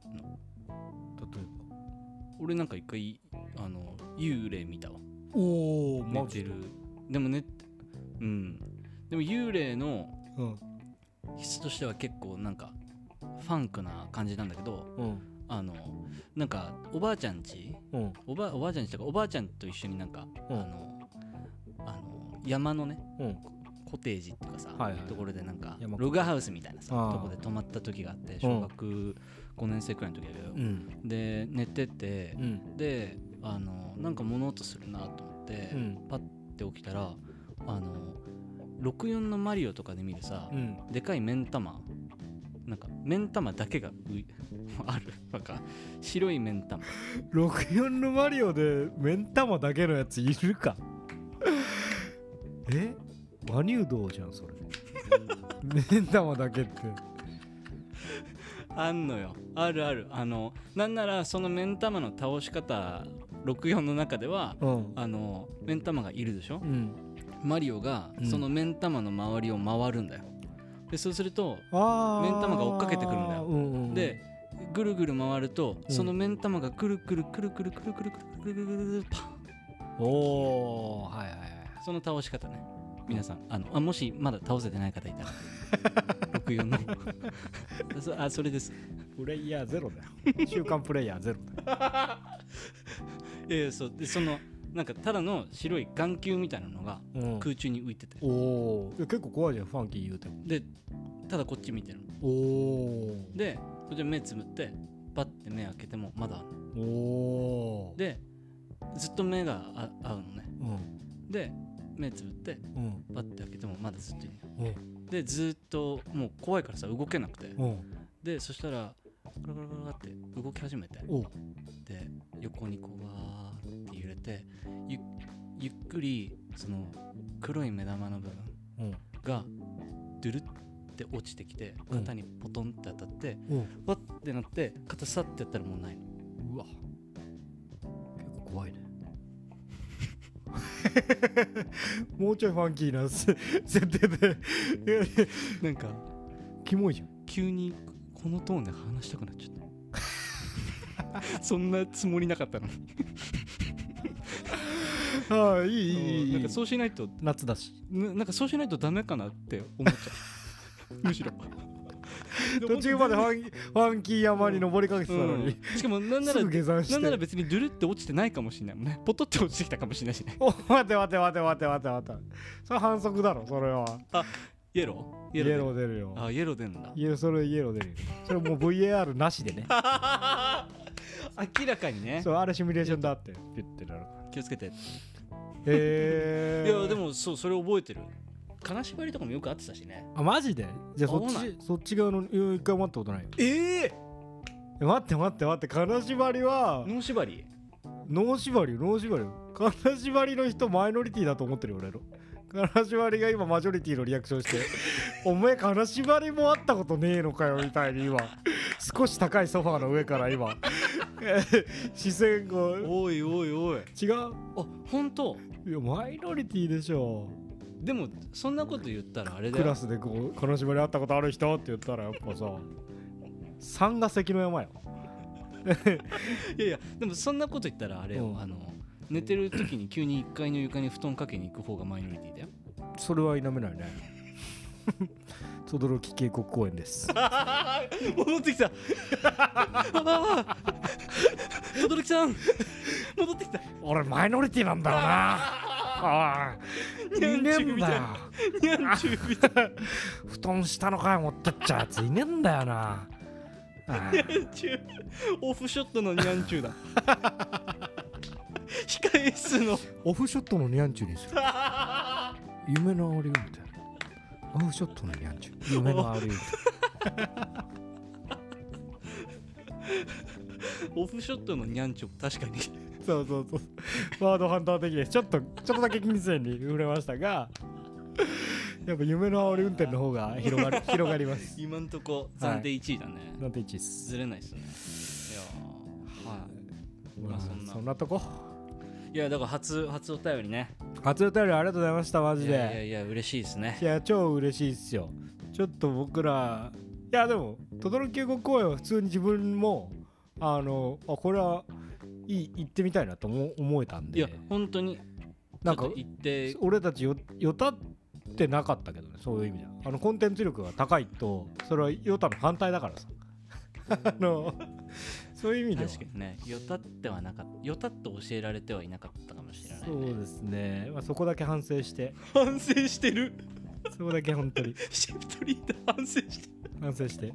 Speaker 3: え
Speaker 4: 俺なんか一回あの幽霊見たわ
Speaker 3: ばおお
Speaker 4: 寝てるでも寝てうんでも幽霊の
Speaker 3: うん
Speaker 4: 質としては結構なんかファンクな感じなんだけど
Speaker 3: うん
Speaker 4: あのなんかおばあちゃんち
Speaker 3: うん
Speaker 4: おばおばあちゃんちとかおばあちゃんと一緒になんか、
Speaker 3: うん
Speaker 4: あのあの山のね
Speaker 3: うん
Speaker 4: コテージっていうかさ、
Speaker 3: はいはい
Speaker 4: ところでなんか
Speaker 3: 山
Speaker 4: ログハウスみたいなさ
Speaker 3: ああ
Speaker 4: とこで泊まった時があって小学5年生くらいの時だけど、
Speaker 3: うん
Speaker 4: で寝て
Speaker 3: う、
Speaker 4: て
Speaker 3: ん
Speaker 4: であのなんか物音するなと思って、
Speaker 3: うん
Speaker 4: パッて起きたらあの64のマリオとかで見るさ、
Speaker 3: うん
Speaker 4: でかい目ん玉なんか目ん玉だけがう あるなんか白い目ん玉
Speaker 3: 64のマリオで目ん玉だけのやついるかえマニュードじゃんそれ目ん玉だけって
Speaker 4: あんのよあるあるあのなんならその目ん玉の倒し方64の中では
Speaker 3: うん
Speaker 4: あの目ん玉がいるでしょ
Speaker 3: うん
Speaker 4: マリオが
Speaker 3: うん
Speaker 4: その目ん玉の周りを回るんだよでそうすると
Speaker 3: あ
Speaker 4: 目ん玉が追っかけてくるんだよ
Speaker 3: うんうんうん、
Speaker 4: でぐるぐる回ると
Speaker 3: うん
Speaker 4: その目ん玉がくるくるくるくるくるくるくるくるくるくるパン
Speaker 3: おおはいはいはい
Speaker 4: その倒し方ね皆さんあのあもしまだ倒せてない方いたら64のそあそれです
Speaker 3: プレイヤーゼロだよ週刊プレイヤーゼロだよ
Speaker 4: ええそうでそのなんかただの白い眼球みたいなのが
Speaker 3: うん、
Speaker 4: 空中に浮いてて
Speaker 3: おお結構怖いじゃんファンキー言うても
Speaker 4: でただこっち見てるの
Speaker 3: お
Speaker 4: でこっち目つぶってパッて目開けてもまだある
Speaker 3: お
Speaker 4: の
Speaker 3: おー
Speaker 4: でずっと目があ合うのね
Speaker 3: うん
Speaker 4: で目つぶって
Speaker 3: うん
Speaker 4: パッて開けてもまだずっといる
Speaker 3: うん
Speaker 4: でずっともう怖いからさ動けなくて
Speaker 3: うん
Speaker 4: でそしたらガラガラガラガラって動き始めて
Speaker 3: お
Speaker 4: で横にこうわーって揺れてゆゆっくりその黒い目玉の部分
Speaker 3: うん
Speaker 4: がドゥルって落ちてきて
Speaker 3: うん
Speaker 4: 肩にポトンって当たって
Speaker 3: うん
Speaker 4: わってなって肩さってやったらもうないの
Speaker 3: うわ結構怖いね もうちょいファンキーなせ 設定でいやいや
Speaker 4: なんか
Speaker 3: キモいじゃん
Speaker 4: 急にこのトーンで話したくなっちゃったそんなつもりなかったのに
Speaker 3: ああいいいいい
Speaker 4: ないん
Speaker 3: い
Speaker 4: かそうしないと
Speaker 3: 夏だし
Speaker 4: ななんかそうしないとダメかなって思っち ゃうむしろ
Speaker 3: 途中までファンファンキー山に登りかけてたの
Speaker 4: う
Speaker 3: に、
Speaker 4: んしかもなんな
Speaker 3: す
Speaker 4: ら
Speaker 3: ぐ下山して
Speaker 4: なんなら別にドゥルって落ちてないかもしれないもんねポトって落ちてきたかもしれないしね
Speaker 3: お待て待て待て待て待て待てそれ反則だろそれは
Speaker 4: イエロー
Speaker 3: イエロ
Speaker 4: ー
Speaker 3: ー出るよ
Speaker 4: あイエロー出るんだ
Speaker 3: いやそれイエロー出るよそれもう VAR なしで ね
Speaker 4: 明らかにね
Speaker 3: そうあれシミュレーションだ ってピュッてなる
Speaker 4: 気をつけてい
Speaker 3: へえ
Speaker 4: やでもそうそれ覚えてる金縛りとかもよくあってたしね
Speaker 3: あマジでじゃあそっ
Speaker 4: 合わない
Speaker 3: ちそっち側のいや一回も会ったことないよ
Speaker 4: ええ
Speaker 3: え待って待って待って金縛りは
Speaker 4: 脳縛り
Speaker 3: 脳縛りよ脳縛りよ金縛りの人マイノリティだと思ってるよ俺の金縛りが今マジョリティのリアクション してお前金縛りも会ったことねえのかよみたいに今少し高いソファーの上から今 視線が違う
Speaker 4: おいおいおいあ本当
Speaker 3: いやマイノリティでしょ
Speaker 4: でもそんなこと言ったらあれだ
Speaker 3: ク
Speaker 4: よ
Speaker 3: ラスでこう金縛り会ったことある人って言ったらやっぱさ三が関の山よ
Speaker 4: いやいやでもそんなこと言ったらあれよ、
Speaker 3: うん
Speaker 4: あの寝てる時に急に1階の床に布団かけに行く方がマイノリティだよ
Speaker 3: それは否め ないね轟渓谷公園です
Speaker 4: 戻ってきたあー轟さん戻ってきた
Speaker 3: 俺マイノリティなんだよなお い
Speaker 4: にゃ
Speaker 3: い
Speaker 4: んち
Speaker 3: ね
Speaker 4: ゅ
Speaker 3: え
Speaker 4: うんみた
Speaker 3: だ
Speaker 4: い
Speaker 3: よ
Speaker 4: なにゃんちゅうみたい
Speaker 3: 布団下の階持ってっちゃうやついねえんだよなあ
Speaker 4: なにゃんちゅうオフショットのにゃんちゅうだ控え室の
Speaker 3: オフショットのニャンチュにす る夢の煽り運転オフショットのニャンチュ夢の煽り運転
Speaker 4: オフショットのにゃんちゅうも確かに
Speaker 3: そうそうそうワードハンター的ですちょっとちょっとだけ金銭に触れましたがやっぱ夢の煽り運転の方が広 がる広がります
Speaker 4: 今んとこ暫定1位だね、
Speaker 3: なんて1です
Speaker 4: ずれないっすねいやーはいまあそんな
Speaker 3: そんなとこ
Speaker 4: いやだから初初お便りね
Speaker 3: 初お便りありがとうございましたマジ
Speaker 4: い
Speaker 3: で
Speaker 4: やいやいや嬉しいですね
Speaker 3: いや超嬉しいっすよちょっと僕らいやでも轟渓谷公園は普通に自分もあのあこれはいい行ってみたいなと思思えたん
Speaker 4: い
Speaker 3: で
Speaker 4: や本当に
Speaker 3: なんか
Speaker 4: ちょっと行って
Speaker 3: 俺たちよよたってなかったけどねそういう意味ではあのコンテンツ力が高いとそれはよたの反対だからさ あのそういう意味では
Speaker 4: 確かにねよたってはなかったよたっと教えられてはいなかったかもしれない、
Speaker 3: そう
Speaker 4: ね、
Speaker 3: ですね、まあ、そこだけ反省して
Speaker 4: 反省してる
Speaker 3: そこだけ本当に
Speaker 4: シェフトリーダー反省して
Speaker 3: 反省して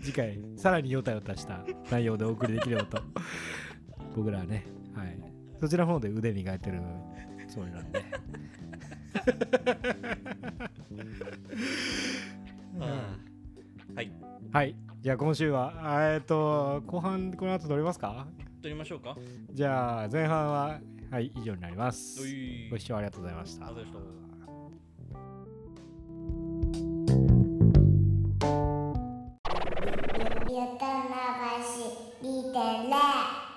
Speaker 3: 次回さらにヨタヨタした内容でお送りできればと僕らはね、はい、そちらの方で腕磨いてるつもりなんで
Speaker 4: はい
Speaker 3: はいじゃあ今週はあーえっ、と後半この後撮りますか
Speaker 4: 撮りましょうか
Speaker 3: じゃあ前半ははい以上になります
Speaker 4: おい
Speaker 3: ご視聴ありがとうございました
Speaker 4: ありがとうございました
Speaker 2: よたまばし2.0